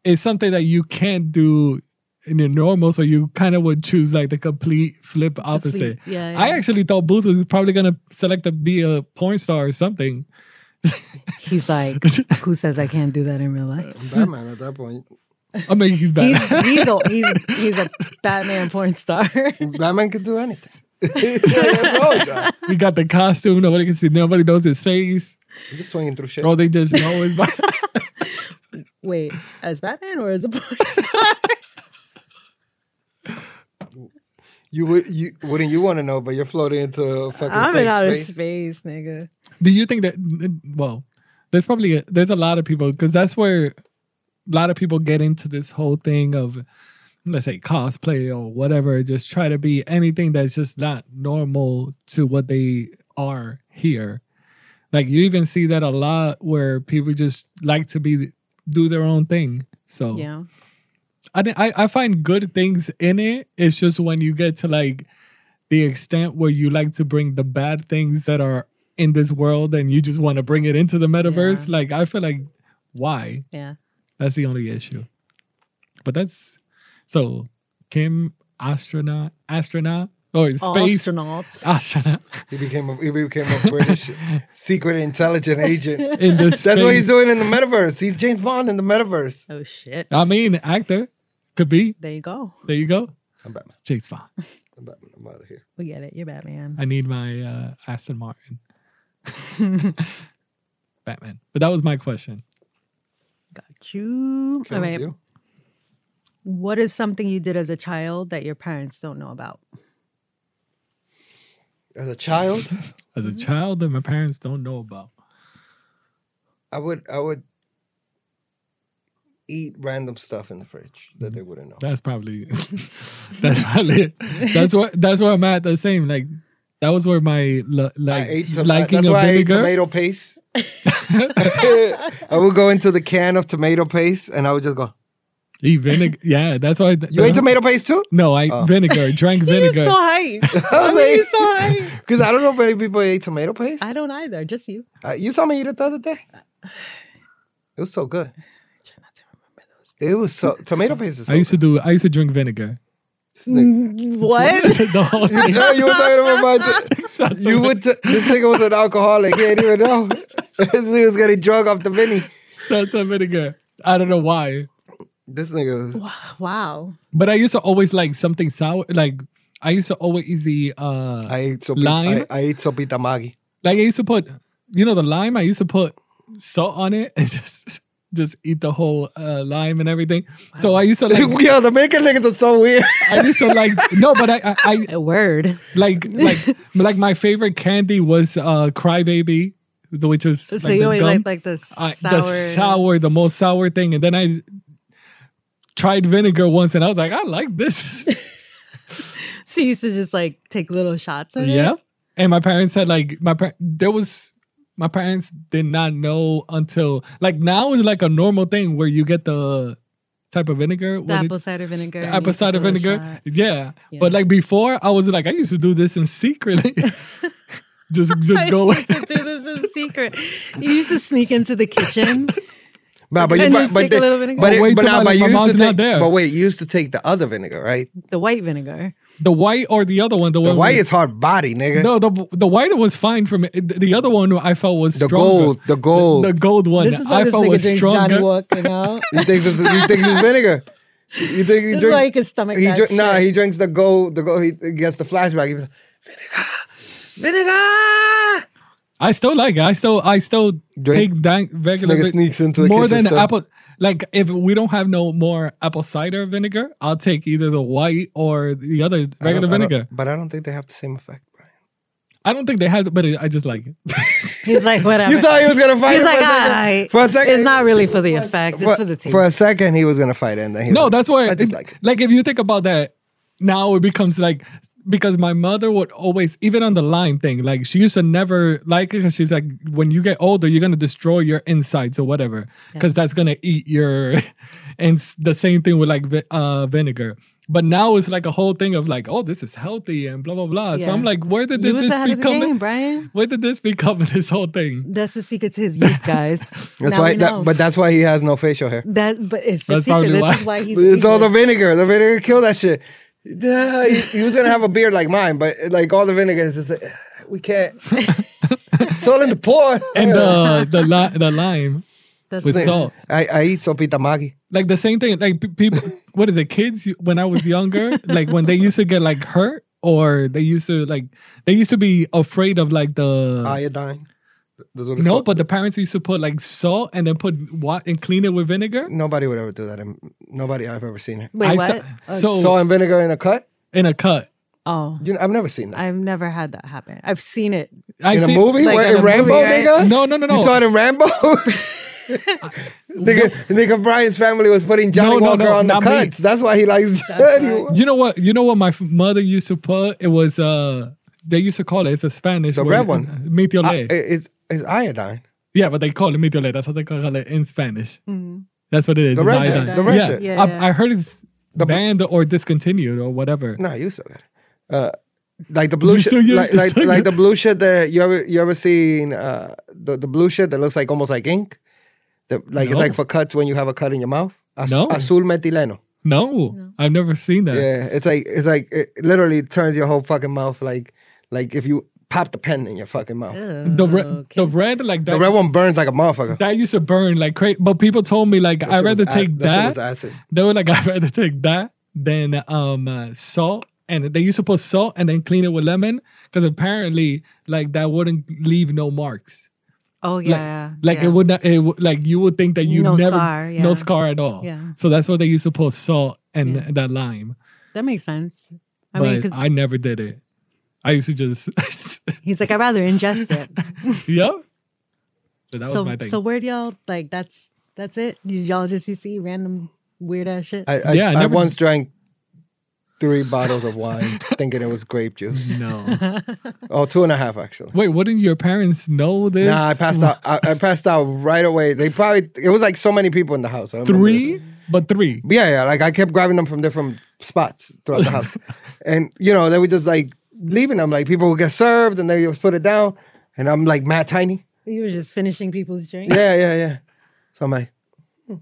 Speaker 5: it's something that you can't do in your normal so you kind of would choose like the complete flip opposite
Speaker 2: yeah,
Speaker 5: i
Speaker 2: yeah.
Speaker 5: actually thought booth was probably gonna select to be a porn star or something
Speaker 2: He's like, who says I can't do that in real life?
Speaker 3: I'm Batman at that point.
Speaker 5: i mean he's bad
Speaker 2: He's he's a, he's, he's a Batman porn star.
Speaker 3: Batman could do anything. What's wrong with y'all?
Speaker 5: We got the costume. Nobody can see. Nobody knows his face.
Speaker 3: I'm just swinging through shit.
Speaker 5: All they just know is.
Speaker 2: Wait, as Batman or as a porn
Speaker 3: You would you wouldn't you want to know, but you're floating into fucking
Speaker 2: I'm
Speaker 3: fake
Speaker 2: in outer
Speaker 3: space.
Speaker 2: space. nigga.
Speaker 5: Do you think that? Well, there's probably a, there's a lot of people because that's where a lot of people get into this whole thing of let's say cosplay or whatever. Just try to be anything that's just not normal to what they are here. Like you even see that a lot where people just like to be do their own thing. So
Speaker 2: Yeah.
Speaker 5: I think I I find good things in it. It's just when you get to like the extent where you like to bring the bad things that are in this world and you just want to bring it into the metaverse. Like I feel like why?
Speaker 2: Yeah.
Speaker 5: That's the only issue. But that's so Kim astronaut astronaut or
Speaker 3: Oh,
Speaker 5: space
Speaker 2: Astronaut.
Speaker 5: astronaut
Speaker 3: He became a, he became a British secret intelligent agent.
Speaker 5: in the space.
Speaker 3: That's what he's doing in the metaverse. He's James Bond in the metaverse.
Speaker 2: Oh shit.
Speaker 5: I mean, actor could be.
Speaker 2: There you go.
Speaker 5: There you go.
Speaker 3: I'm Batman.
Speaker 5: Jake's fine.
Speaker 3: I'm Batman. I'm out of here.
Speaker 2: We get it. You're Batman.
Speaker 5: I need my uh, Aston Martin. Batman. But that was my question.
Speaker 2: Got you.
Speaker 3: Can
Speaker 2: All
Speaker 3: I
Speaker 2: right.
Speaker 3: with you?
Speaker 2: What is something you did as a child that your parents don't know about?
Speaker 3: As a child,
Speaker 5: As
Speaker 3: Mm-hmm.
Speaker 5: a child that my parents don't know about.
Speaker 3: I would I would eat random stuff in the fridge that they wouldn't know.
Speaker 5: That's probably that's probably it. that's what that's where I'm at the same. Like that was where my lo-
Speaker 3: I
Speaker 5: like
Speaker 3: ate tomato.
Speaker 5: liking
Speaker 3: That's
Speaker 5: of
Speaker 3: why I ate
Speaker 5: vinegar.
Speaker 3: tomato paste. I would go into the can of tomato paste and I would just go.
Speaker 5: Eat vinegar. Yeah, that's why
Speaker 3: You
Speaker 2: Uh-huh.
Speaker 3: ate Oh. tomato paste too?
Speaker 5: No, I vinegar, drank vinegar.
Speaker 2: You're so hype.
Speaker 3: I was
Speaker 2: You're
Speaker 3: like,
Speaker 2: so hype.
Speaker 3: because I don't know if many people ate tomato paste.
Speaker 2: I don't either. Just you.
Speaker 3: Uh, you saw me eat it the other day. It was so good.
Speaker 2: Try not to
Speaker 3: It was so tomato paste is so
Speaker 5: I used to do I used to drink vinegar.
Speaker 3: good.
Speaker 2: remember. What?
Speaker 5: the whole thing.
Speaker 3: no, you were talking about my. you would. T- this nigga was an alcoholic. He didn't even know. this nigga was getting drunk off the Vinny.
Speaker 5: Shots of vinegar. I don't know why.
Speaker 3: This nigga. Was,
Speaker 2: wow.
Speaker 5: But I used to always like something sour. Like I used to always eat the uh
Speaker 3: I ate sopi-
Speaker 5: Lime?
Speaker 3: I, I ate sopita maggi.
Speaker 5: like I used to put you know the lime. I used to put salt on it and just just eat the whole uh, lime and everything. So I used to like
Speaker 3: Yo, the Dominican niggas are so weird.
Speaker 5: I used to like no, but I I, I
Speaker 2: A word.
Speaker 5: like like like my favorite candy was uh Crybaby, the which was
Speaker 2: So
Speaker 5: like
Speaker 2: you
Speaker 5: the
Speaker 2: always
Speaker 5: gum.
Speaker 2: like like the
Speaker 5: I-
Speaker 2: sour.
Speaker 5: the sour, the most sour thing, and then I tried vinegar once, and I was like, I like this.
Speaker 2: So you used to just like take little shots of
Speaker 5: Yeah.
Speaker 2: it.
Speaker 5: And my parents had like my par- there was my parents did not know until like now is like a normal thing where you get the type of vinegar
Speaker 2: The
Speaker 5: what it-
Speaker 2: apple cider vinegar.
Speaker 5: the
Speaker 2: and
Speaker 5: apple
Speaker 2: you take a
Speaker 5: cider
Speaker 2: little
Speaker 5: vinegar.
Speaker 2: shot.
Speaker 5: Yeah.
Speaker 2: Yeah.
Speaker 5: But like before I was like I used to do this in secretly. just just go
Speaker 2: I used to do this in secret. You used to sneak into the kitchen.
Speaker 3: Nah, but you,
Speaker 2: And
Speaker 3: but,
Speaker 2: just
Speaker 3: but,
Speaker 2: take
Speaker 3: they-
Speaker 2: a little vinegar.
Speaker 3: but,
Speaker 5: Oh,
Speaker 3: it-
Speaker 5: wait
Speaker 3: but,
Speaker 5: till
Speaker 3: nah,
Speaker 5: my-
Speaker 3: but
Speaker 5: my
Speaker 3: you used
Speaker 5: mom's
Speaker 3: to
Speaker 5: not
Speaker 3: take,
Speaker 5: there.
Speaker 3: but wait, you used to take the other vinegar, right?
Speaker 2: The white vinegar.
Speaker 5: the white or the other one the,
Speaker 3: The
Speaker 5: one
Speaker 3: white
Speaker 5: with-
Speaker 3: is hard body, nigga.
Speaker 5: no the the white was fine for me. The the other one I felt was
Speaker 3: the
Speaker 5: stronger.
Speaker 3: gold, the gold.
Speaker 5: The gold one
Speaker 2: This is why
Speaker 5: I
Speaker 2: this
Speaker 5: felt
Speaker 2: nigga
Speaker 5: was
Speaker 2: drinks
Speaker 5: stronger.
Speaker 2: Johnny Walker, you know?
Speaker 3: he thinks it's, he thinks it's vinegar. You think he
Speaker 2: This is
Speaker 3: drinks?
Speaker 2: why he could stomach
Speaker 3: he
Speaker 2: that
Speaker 3: drink, nah,
Speaker 2: shit.
Speaker 3: he drinks the gold. The gold. He gets the flashback. He was vinegar, vinegar.
Speaker 5: I still like it. I still I still
Speaker 3: Drink.
Speaker 5: take dank regular
Speaker 3: Nigga
Speaker 5: vi-
Speaker 3: sneaks into the
Speaker 5: more
Speaker 3: kitchen
Speaker 5: than
Speaker 3: still.
Speaker 5: apple. Like if we don't have no more apple cider vinegar, I'll take either the white or the other
Speaker 3: I don't-
Speaker 5: regular
Speaker 3: I don't-
Speaker 5: vinegar.
Speaker 3: but I don't think they have the same effect, Brian.
Speaker 5: I don't think they have, but I just like it.
Speaker 2: He's like, whatever.
Speaker 3: You saw he was gonna fight.
Speaker 2: He's
Speaker 3: it
Speaker 2: like,
Speaker 3: for, a second.
Speaker 2: alright.
Speaker 3: for a second,
Speaker 2: It's not really for the effect.
Speaker 3: for,
Speaker 2: it's for the taste.
Speaker 3: for a second, he was gonna fight it, and then he was
Speaker 5: no,
Speaker 3: like,
Speaker 5: that's why.
Speaker 3: I
Speaker 5: it-
Speaker 3: dislike it.
Speaker 5: like if you think about that, now it becomes like because my mother would always even on the lime thing. Like she used to never like it because she's like, when you get older, you're gonna destroy your insides or whatever because that's gonna eat your. and s- the same thing with like vi- uh, vinegar. But now it's like a whole thing of like, oh, this is healthy and blah blah blah. So
Speaker 2: Yeah.
Speaker 5: I'm like, where did
Speaker 2: you was
Speaker 5: this
Speaker 2: ahead of the
Speaker 5: become?
Speaker 2: game, Brian.
Speaker 5: Where did this become this whole thing?
Speaker 2: That's the secret to his youth, guys.
Speaker 3: That's
Speaker 2: Now
Speaker 3: why,
Speaker 2: we know.
Speaker 3: that, but that's why he has no facial hair.
Speaker 2: that, but it's the
Speaker 5: That's
Speaker 2: secret.
Speaker 5: probably
Speaker 2: This
Speaker 5: why.
Speaker 2: is why he's.
Speaker 3: It's all the
Speaker 2: secret.
Speaker 3: vinegar. The vinegar killed that shit. Duh, he, he was gonna have a beard like mine, but like all the vinegar is just like "Ah, we can't. it's all in the pour.
Speaker 5: And the the li- the lime
Speaker 2: That's
Speaker 5: with
Speaker 2: the-
Speaker 5: salt.
Speaker 3: I, I eat sopita maggi.
Speaker 5: like the same thing like pe- people what is it kids you- when i was younger like when they used to get like hurt or they used to like they used to be afraid of like the
Speaker 3: Ah, Iodine. That's what it's
Speaker 5: no,
Speaker 3: called.
Speaker 5: but the parents used to put like salt and then put what and clean it with vinegar.
Speaker 3: nobody would ever do that. In, nobody I've ever seen. It.
Speaker 2: Wait,
Speaker 5: I
Speaker 2: what?
Speaker 5: saw- so
Speaker 3: Oh. Salt and vinegar in a cut?
Speaker 5: in a cut,
Speaker 2: oh,
Speaker 3: You know, I've never seen that.
Speaker 2: I've never had that happen. I've seen it.
Speaker 5: I
Speaker 3: in a
Speaker 5: see-
Speaker 3: movie?
Speaker 2: like
Speaker 3: Where-
Speaker 2: in
Speaker 3: in
Speaker 2: a movie,
Speaker 3: Rambo,
Speaker 2: right?
Speaker 3: nigga?
Speaker 5: No, no, no, no.
Speaker 3: You saw it in Rambo? nigga, nigga Brian's family was putting Johnny
Speaker 5: No, no,
Speaker 3: Walker
Speaker 5: no,
Speaker 3: on the
Speaker 5: not me.
Speaker 3: cuts. That's why he likes Johnny Walker.
Speaker 5: You know what? You know what my f- mother used to put? It was uh, they used to call it. It's a Spanish.
Speaker 3: The
Speaker 5: word,
Speaker 3: red one. Ah, I-
Speaker 5: Mitiole.
Speaker 3: It's, it's iodine.
Speaker 5: yeah, but they call it mitiole. That's what they call it in Spanish. That's what it is.
Speaker 3: The
Speaker 5: it's
Speaker 3: red shit,
Speaker 5: iodine.
Speaker 3: the red
Speaker 5: yeah.
Speaker 3: shit.
Speaker 2: Mm. Yeah, yeah.
Speaker 5: I, I heard it's
Speaker 3: The-
Speaker 5: banned or discontinued or whatever.
Speaker 3: No, you saw that. Uh, like the blue
Speaker 5: You
Speaker 3: shit,
Speaker 5: still use-
Speaker 3: like,
Speaker 5: you
Speaker 3: like,
Speaker 5: still
Speaker 3: like
Speaker 5: use-
Speaker 3: the blue shit that you ever you ever seen uh, the the blue shit that looks like almost like ink, the, like it's
Speaker 5: No.
Speaker 3: like for cuts when you have a cut in your mouth. Az-
Speaker 5: No.
Speaker 3: azul metileno.
Speaker 5: No, I've never seen that.
Speaker 3: Yeah, it's like it's like it literally turns your whole fucking mouth like like if you pop the pen in your fucking mouth.
Speaker 5: The red, the red, like that.
Speaker 3: The red one burns like a motherfucker.
Speaker 5: that used to burn like crazy. But people told me like I'd
Speaker 3: shit
Speaker 5: rather
Speaker 3: was ac-
Speaker 5: take
Speaker 3: that shit
Speaker 5: that.
Speaker 3: was acid.
Speaker 5: They were like I'd rather take that than um uh, salt. And they used to put salt and then clean it with lemon because apparently like that wouldn't leave no marks.
Speaker 2: Oh yeah,
Speaker 5: Like
Speaker 2: yeah.
Speaker 5: it would not. It would, like you would think that you
Speaker 2: No
Speaker 5: never
Speaker 2: scar, yeah.
Speaker 5: no scar at all.
Speaker 2: Yeah.
Speaker 5: So that's why they used to put salt and that lime.
Speaker 2: That makes sense. I
Speaker 5: but
Speaker 2: mean, 'cause
Speaker 5: I never did it. I used to just
Speaker 2: he's like, I'd rather ingest it.
Speaker 5: yep. So that was
Speaker 2: so,
Speaker 5: my thing.
Speaker 2: so where do y'all like? That's that's it. You- Y'all just you see random weird ass shit.
Speaker 3: I I,
Speaker 5: Yeah,
Speaker 3: I
Speaker 5: I never-
Speaker 3: once drank three bottles of wine thinking it was grape juice.
Speaker 5: no.
Speaker 3: Oh, two and a half actually.
Speaker 5: Wait, wouldn't your parents know this?
Speaker 3: Nah, I passed out. I, I passed out right away. They probably it was like so many people in the house. I remember
Speaker 5: Three, but three.
Speaker 3: this. Yeah, yeah. Like I kept grabbing them from different spots throughout the house, and you know they were just like leaving them. Like people would get served and they would put it down, and I'm like mad tiny.
Speaker 2: you were just finishing people's drinks.
Speaker 3: Yeah, yeah, yeah. So I'm like, hmm.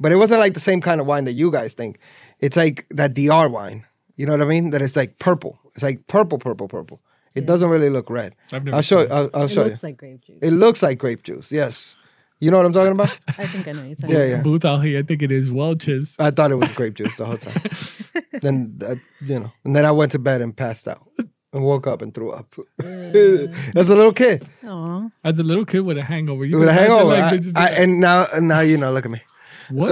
Speaker 3: but it wasn't like the same kind of wine that you guys think. It's like that DR wine. You know what I mean? That it's like purple. It's like purple, purple, purple. It doesn't really look red.
Speaker 5: I've never
Speaker 3: I'll show.
Speaker 5: seen
Speaker 3: I'll, I'll
Speaker 2: it
Speaker 3: show you.
Speaker 2: looks like grape juice.
Speaker 3: It looks like grape juice. Yes, you know what I'm talking about.
Speaker 2: I think I know what you're talking
Speaker 3: yeah,
Speaker 2: about.
Speaker 3: yeah.
Speaker 5: Booth out here, I think it is Welch's.
Speaker 3: I thought it was grape juice the whole time. then uh, you know, and then I went to bed and passed out and woke up and threw up. As a little kid
Speaker 2: Aw.
Speaker 5: As a little kid with a hangover, you
Speaker 3: with a
Speaker 5: can imagine,
Speaker 3: hangover,
Speaker 5: like,
Speaker 3: I-
Speaker 5: did you do
Speaker 3: I-
Speaker 5: that?
Speaker 3: and now and now you know. Look at me.
Speaker 5: what?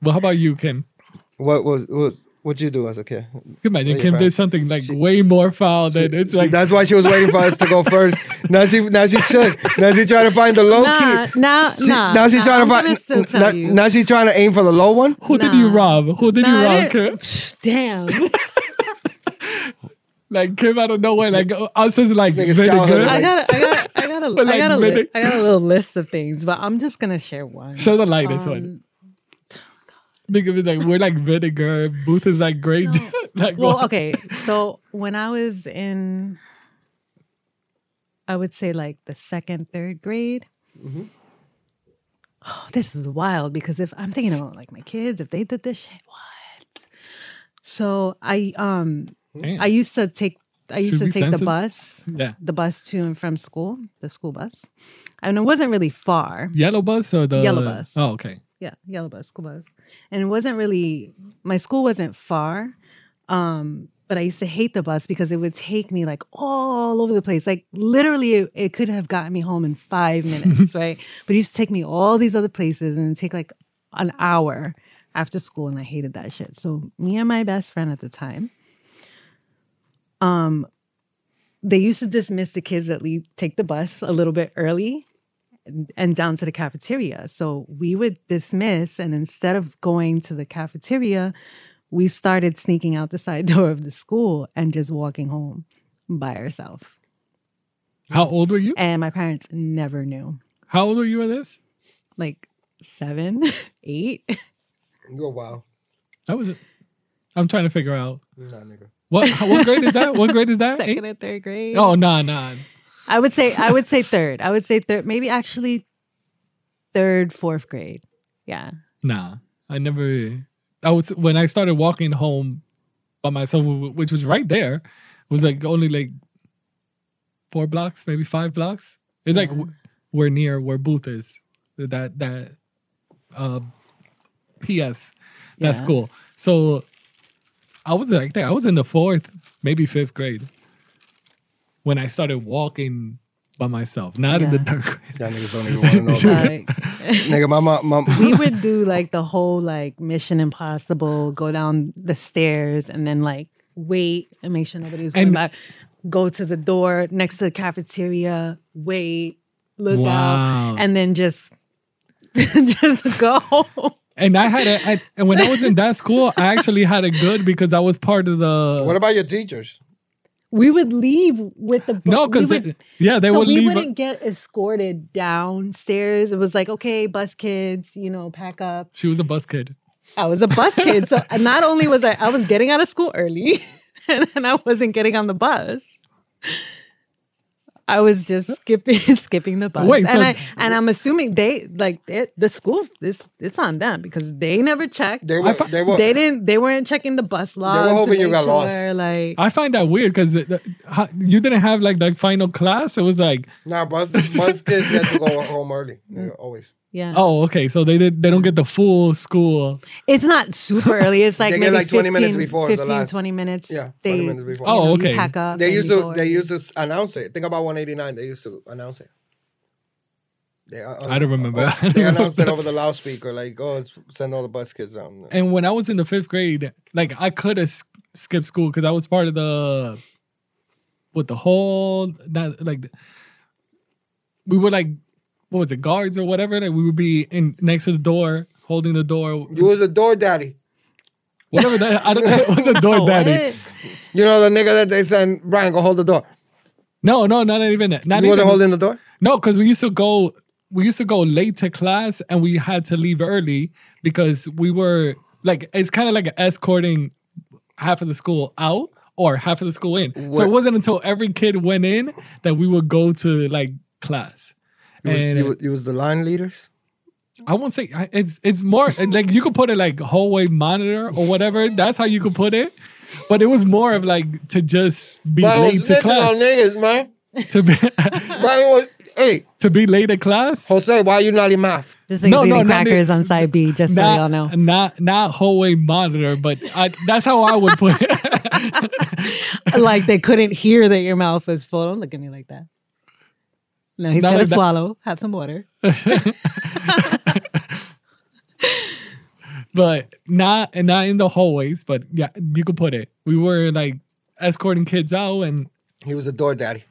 Speaker 5: well, how about you, Kim?
Speaker 3: What was what? What'd you do as a kid?
Speaker 5: Can you Imagine
Speaker 3: Yeah,
Speaker 5: Kim
Speaker 3: bro.
Speaker 5: did something like way more foul than it's
Speaker 3: See,
Speaker 5: like.
Speaker 3: that's why she was waiting for us to go first. Now she now she shook. Now she trying to find the low
Speaker 2: Nah,
Speaker 3: key.
Speaker 2: nah,
Speaker 3: She-
Speaker 2: nah.
Speaker 3: now she's
Speaker 2: nah,
Speaker 3: trying
Speaker 2: I'm gonna
Speaker 3: to
Speaker 2: still
Speaker 3: find.
Speaker 2: tell
Speaker 3: Now,
Speaker 2: you.
Speaker 3: now she's trying to aim for the low one.
Speaker 5: who did you
Speaker 2: nah.
Speaker 5: rob? Who did
Speaker 2: Nah,
Speaker 5: you
Speaker 2: I
Speaker 5: rob, Kim?
Speaker 2: didn't- Damn.
Speaker 5: Like Kim out of nowhere, like uh, us is like
Speaker 3: Nigga's
Speaker 5: vinegar.
Speaker 3: childhood.
Speaker 2: I got, I got, I got a,
Speaker 5: But,
Speaker 2: I
Speaker 5: like,
Speaker 2: got a, li-
Speaker 5: minute-
Speaker 2: I got a little list of things, but I'm just gonna share one.
Speaker 5: Show the light this one.
Speaker 2: Um,
Speaker 5: Think of it like we're like vinegar. Booth is like great. like
Speaker 2: Well,
Speaker 5: what?
Speaker 2: okay. So when I was in, I would say like the second, third grade.
Speaker 5: Mm-hmm.
Speaker 2: Oh, this is wild because if I'm thinking about like my kids, if they did this shit, what? So I um
Speaker 5: Damn.
Speaker 2: I used to take I used
Speaker 5: Should
Speaker 2: to
Speaker 5: we
Speaker 2: take the
Speaker 5: censor-
Speaker 2: bus,
Speaker 5: yeah,
Speaker 2: the bus to and from school, the school bus, and it wasn't really far.
Speaker 5: yellow bus or the
Speaker 2: Yellow bus.
Speaker 5: Oh, okay.
Speaker 2: yeah, yellow bus, school bus. And it wasn't really my school wasn't far. Um, but I used to hate the bus because it would take me like all over the place. Like literally it, it could have gotten me home in five minutes, right? But it used to take me all these other places and it'd take like an hour after school and I hated that shit. So me and my best friend at the time, um, they used to dismiss the kids that le- take the bus a little bit early and down to the cafeteria. So we would dismiss, and instead of going to the cafeteria, we started sneaking out the side door of the school and just walking home by ourselves.
Speaker 5: How old were you?
Speaker 2: And my parents never knew.
Speaker 5: How old were you at this?
Speaker 2: Like seven, eight.
Speaker 3: Oh wow,
Speaker 5: That was it. I'm trying to figure out
Speaker 3: nah, nigga.
Speaker 5: what how- what grade is that? What grade is that?
Speaker 2: Second
Speaker 5: Eight?
Speaker 2: and third grade.
Speaker 5: Oh nah nah.
Speaker 2: I would say I would say third. I would say third, maybe actually third, fourth grade. Yeah.
Speaker 5: Nah. I never I was when I started walking home by myself wh- which was right there, it was like only like four blocks, maybe five blocks. It's like w- we're near where Booth is. That that uh PS
Speaker 2: Yeah.
Speaker 5: that school. So I was like that. I was in the fourth, maybe fifth grade when I started walking by myself, not in the
Speaker 2: Yeah.
Speaker 5: third grade.
Speaker 3: Y'all niggas don't even want to know. About it.
Speaker 2: Like,
Speaker 3: Nigga, my mom, my,
Speaker 2: we would do like the whole like Mission Impossible, go down the stairs and then like wait and make sure nobody was going
Speaker 5: And-
Speaker 2: back. Go to the door next to the cafeteria, wait, look
Speaker 5: Wow.
Speaker 2: out, and then just just go.
Speaker 5: And I had a, I, and when I was in that school, I actually had it good because I was part of the.
Speaker 3: what about your teachers?
Speaker 2: We would leave with the book.
Speaker 5: no, because
Speaker 2: we would-
Speaker 5: yeah, they
Speaker 2: so
Speaker 5: would
Speaker 2: we
Speaker 5: leave.
Speaker 2: wouldn't get escorted downstairs. It was like, okay, bus kids, you know, pack up.
Speaker 5: she was a bus kid.
Speaker 2: I was a bus kid. So not only was I I was getting out of school early and, then I wasn't getting on the bus. I was just skipping skipping the bus.
Speaker 5: Wait,
Speaker 2: and
Speaker 5: so-
Speaker 2: I and I'm assuming they like it, the school this it's on them because they never checked.
Speaker 3: They were, they were,
Speaker 2: They didn't they weren't checking the bus log.
Speaker 3: hoping you got lost.
Speaker 2: Like
Speaker 5: I find that weird because you didn't have like that final class. It was like,
Speaker 3: nah, bus, bus kids had to go home early. Nigga, always.
Speaker 2: yeah.
Speaker 5: oh, okay, so they did, they don't get the full school.
Speaker 2: It's not super early. It's like
Speaker 3: They get,
Speaker 2: maybe
Speaker 3: like, 20 minutes
Speaker 2: 15
Speaker 3: before the
Speaker 2: 15,
Speaker 3: last-
Speaker 2: 20 minutes.
Speaker 3: Yeah, 20
Speaker 2: they,
Speaker 3: minutes before.
Speaker 2: you
Speaker 5: Oh,
Speaker 2: know, you
Speaker 5: okay.
Speaker 2: pack up
Speaker 3: They
Speaker 2: and
Speaker 3: used
Speaker 2: you
Speaker 3: to,
Speaker 2: go
Speaker 3: they
Speaker 2: in.
Speaker 3: used to s- announce it. Think about 189. They used to announce it. They, uh,
Speaker 5: I don't remember. I don't
Speaker 3: They announced it
Speaker 5: remember.
Speaker 3: over the loudspeaker, like, "Oh, it's- send all the bus kids down."
Speaker 5: And when I was in the fifth grade, like I could have s- skipped school because I was part of the, with the whole that like, we were like, what was it, guards or whatever? Like we would be in next to the door, holding the door,
Speaker 3: You was a door daddy.
Speaker 5: whatever that. I don't know. It was a door
Speaker 2: Oh,
Speaker 5: daddy.
Speaker 2: what?
Speaker 3: You know the nigga that they send Brian go hold the door.
Speaker 5: No, no, not even that. Not
Speaker 3: You
Speaker 5: even
Speaker 3: wasn't holding the door.
Speaker 5: No, because we used to go we used to go late to class and we had to leave early because we were like it's kind of like escorting half of the school out or half of the school in. So it
Speaker 3: What-
Speaker 5: wasn't until every kid went in that we would go to like class.
Speaker 3: You was,
Speaker 5: and
Speaker 3: you was- you was the line leaders.
Speaker 5: I won't say I- it's it's more like you could put it like hallway monitor or whatever. That's how you could put it. But it was more of like to just be
Speaker 3: Brian
Speaker 5: late
Speaker 3: was
Speaker 5: to
Speaker 3: snitching on
Speaker 5: class.
Speaker 3: niggas, man.
Speaker 5: To be
Speaker 3: Brian was, hey,
Speaker 5: to be late to class.
Speaker 3: Jose, why you not in math?
Speaker 2: This thing's
Speaker 5: No, no,
Speaker 2: eating
Speaker 5: not the-
Speaker 2: crackers on side B, just so y'all
Speaker 5: not,
Speaker 2: know.
Speaker 5: not not hallway monitor, but I, that's how I would put it.
Speaker 2: like they couldn't hear that your mouth was full. Don't look at me like that. No, he's
Speaker 5: Not
Speaker 2: gonna
Speaker 5: like that.
Speaker 2: swallow. Have some water.
Speaker 5: but not and not in the hallways. But yeah, you could put it. We were like escorting kids out, and
Speaker 3: He was a door daddy.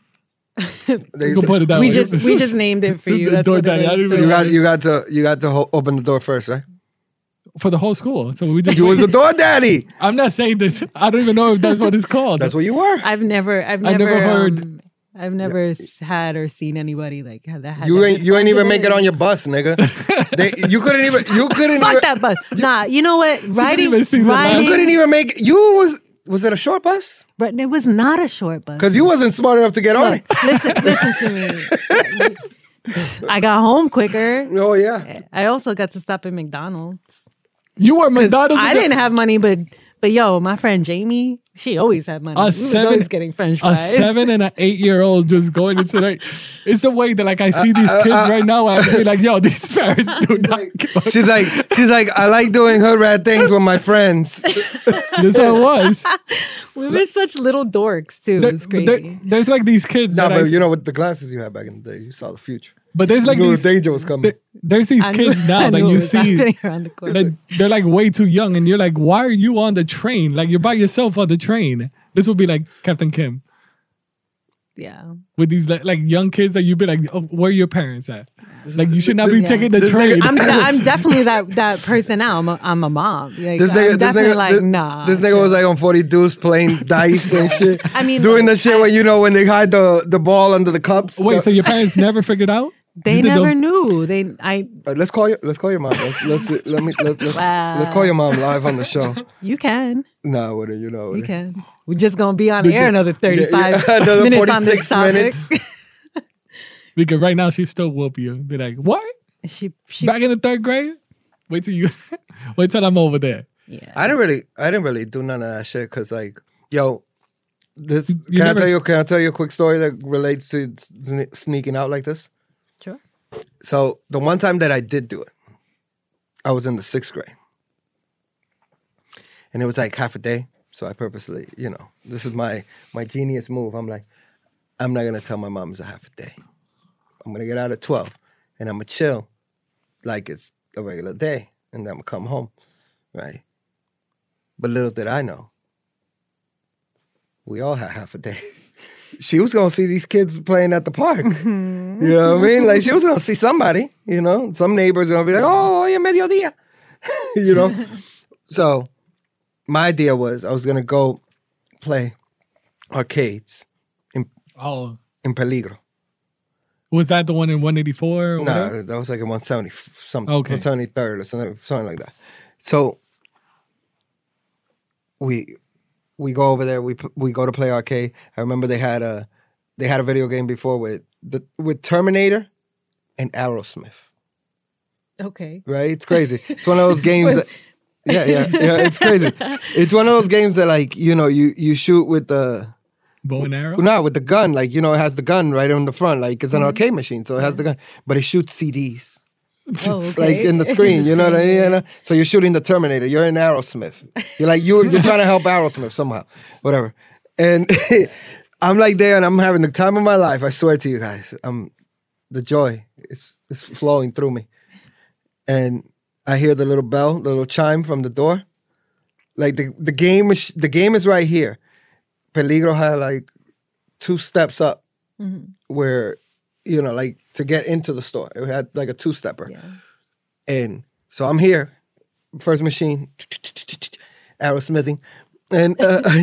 Speaker 3: They
Speaker 5: you
Speaker 3: used
Speaker 5: could
Speaker 3: to-
Speaker 5: put it that
Speaker 2: we
Speaker 5: way.
Speaker 2: just we just named it for you.
Speaker 5: The
Speaker 2: That's what
Speaker 5: DoorDash, I
Speaker 2: it
Speaker 5: didn't
Speaker 2: is.
Speaker 5: even
Speaker 3: you got you got to you got to ho- open the door first, right?
Speaker 5: for the whole school. So we just.
Speaker 3: You was a door daddy.
Speaker 5: I'm not saying that. I don't even know if that's what it's called.
Speaker 3: That's what you were.
Speaker 2: I've never I've
Speaker 5: I
Speaker 2: never,
Speaker 5: never heard-
Speaker 2: um, I've never s had or seen anybody like ha- that had
Speaker 3: You
Speaker 2: that
Speaker 3: ain't you ain't even make it on your bus, nigga. They, you couldn't even you couldn't even,
Speaker 2: Fuck that bus. Nah, you know what? Riding,
Speaker 5: even see the line.
Speaker 3: you couldn't
Speaker 2: riding,
Speaker 3: even make you was was it a short bus?
Speaker 2: but it was not a short bus.
Speaker 3: Because you wasn't smart enough to get on it.
Speaker 2: Look, listen, listen to me. I got home quicker.
Speaker 3: Oh yeah,
Speaker 2: I also got to stop at McDonald's.
Speaker 5: you were McDonald's.
Speaker 2: I
Speaker 5: in the-
Speaker 2: didn't have money, but but yo, my friend Jamie, she always had money. we
Speaker 5: A
Speaker 2: was
Speaker 5: seven-
Speaker 2: always getting French
Speaker 5: A
Speaker 2: fries.
Speaker 5: seven and an eight year old just going into like, it's the way that like I see these kids right now. and I be like, yo, these parents do not. give a-
Speaker 3: she's Uh, like she's like I like doing hood rat things with my friends.
Speaker 5: This how it was.
Speaker 2: We were such little dorks too. It was
Speaker 5: There-
Speaker 2: crazy.
Speaker 5: there- there's like these kids.
Speaker 3: No,
Speaker 5: that I
Speaker 3: but
Speaker 5: see-
Speaker 3: you know what the glasses you had back in the day, you saw the future.
Speaker 5: But there's like
Speaker 3: you knew
Speaker 5: these,
Speaker 3: the danger was coming.
Speaker 5: th- there's these
Speaker 2: I knew-
Speaker 5: kids now
Speaker 2: I
Speaker 5: that
Speaker 2: knew it
Speaker 5: you
Speaker 2: was
Speaker 5: see
Speaker 2: happening around the corner.
Speaker 5: that they're like way too young, and you're like, why are you on the train? Like you're by yourself on the train. This would be like Captain Kim
Speaker 2: yeah.
Speaker 5: with these like, like young kids that you'd be like, oh, where are your parents at? Like you should not be
Speaker 2: Yeah.
Speaker 5: taking the
Speaker 3: this
Speaker 5: train.
Speaker 3: nigga-
Speaker 2: I'm, de- I'm definitely that that person now. I'm a, I'm a mom. Like,
Speaker 3: this nigga, this
Speaker 2: I'm definitely
Speaker 3: nigga,
Speaker 2: like
Speaker 3: this,
Speaker 2: nah.
Speaker 3: this nigga was like on 42s playing dice and shit.
Speaker 2: I mean,
Speaker 3: doing
Speaker 2: like,
Speaker 3: the shit where you know when they hide the, the ball under the cups.
Speaker 5: Wait,
Speaker 3: the-
Speaker 5: so your parents never figured out?
Speaker 2: they
Speaker 5: You did the-
Speaker 2: never knew. They I
Speaker 3: Uh, let's call your let's call your mom. Let's let's let me let, let's,
Speaker 2: Wow.
Speaker 3: let's call your mom live on the show.
Speaker 2: you can
Speaker 3: Nah, I wouldn't you know? I
Speaker 2: you
Speaker 3: wouldn't.
Speaker 2: can. We're just gonna be on air another 35
Speaker 3: yeah, another
Speaker 2: minutes on this
Speaker 3: 46
Speaker 2: topic.
Speaker 3: minutes.
Speaker 5: Because right now she still whoop you. Be like, what?
Speaker 2: she she
Speaker 5: Back in the third grade? Wait till you, wait till I'm over there.
Speaker 2: yeah.
Speaker 3: I didn't really I didn't really do none of that shit because like yo, this
Speaker 5: you
Speaker 3: can
Speaker 5: never-
Speaker 3: I tell you can I tell you a quick story that relates to sne- sneaking out like this?
Speaker 2: Sure.
Speaker 3: So the one time that I did do it, I was in the sixth grade, and it was like half a day, So I purposely, you know, this is my my genius move. I'm like, I'm not gonna tell my mom it's a half a day. I'm gonna get out at twelve, and I'm gonna chill, like it's a regular day, and then I'm gonna come home, right? But little did I know, we all had half a day. She was gonna see these kids playing at the park. You know what I mean? Like she was gonna see somebody. You know, some neighbors gonna be like, "Oh, hoy es mediodía," you know. so my idea was I was gonna go play arcades
Speaker 5: Oh,
Speaker 3: in Peligro.
Speaker 5: was that the one in 184? Or whatever?
Speaker 3: No, that was like a 170 f- something,
Speaker 5: Okay.
Speaker 3: 173rd or something, something like that. So we we go over there. We p- we go to play arcade. I remember they had a they had a video game before with the with Terminator and Aerosmith.
Speaker 2: Okay.
Speaker 3: Right? It's crazy. It's one of those games. that, yeah, yeah, yeah. It's crazy. It's one of those games that like you know you you shoot with the
Speaker 5: Bow and arrow?
Speaker 3: no, with the gun, like you know, it has the gun right on the front, like it's an arcade machine, so it has the gun, but it shoots CDs,
Speaker 2: Oh,
Speaker 3: like
Speaker 2: okay.
Speaker 3: in the screen. You know what I mean? You know? So you're shooting the Terminator. You're in Aerosmith. You're like you. You're trying to help Aerosmith somehow, whatever. And I'm like there, and I'm having the time of my life. I swear to you guys, um, the joy is is flowing through me, and I hear the little bell, the little chime from the door. Like the the game is the game is right here. Peligro had like two steps up where you know like to get into the store it had like a two stepper and so i'm here first machine arrowsmithing and uh,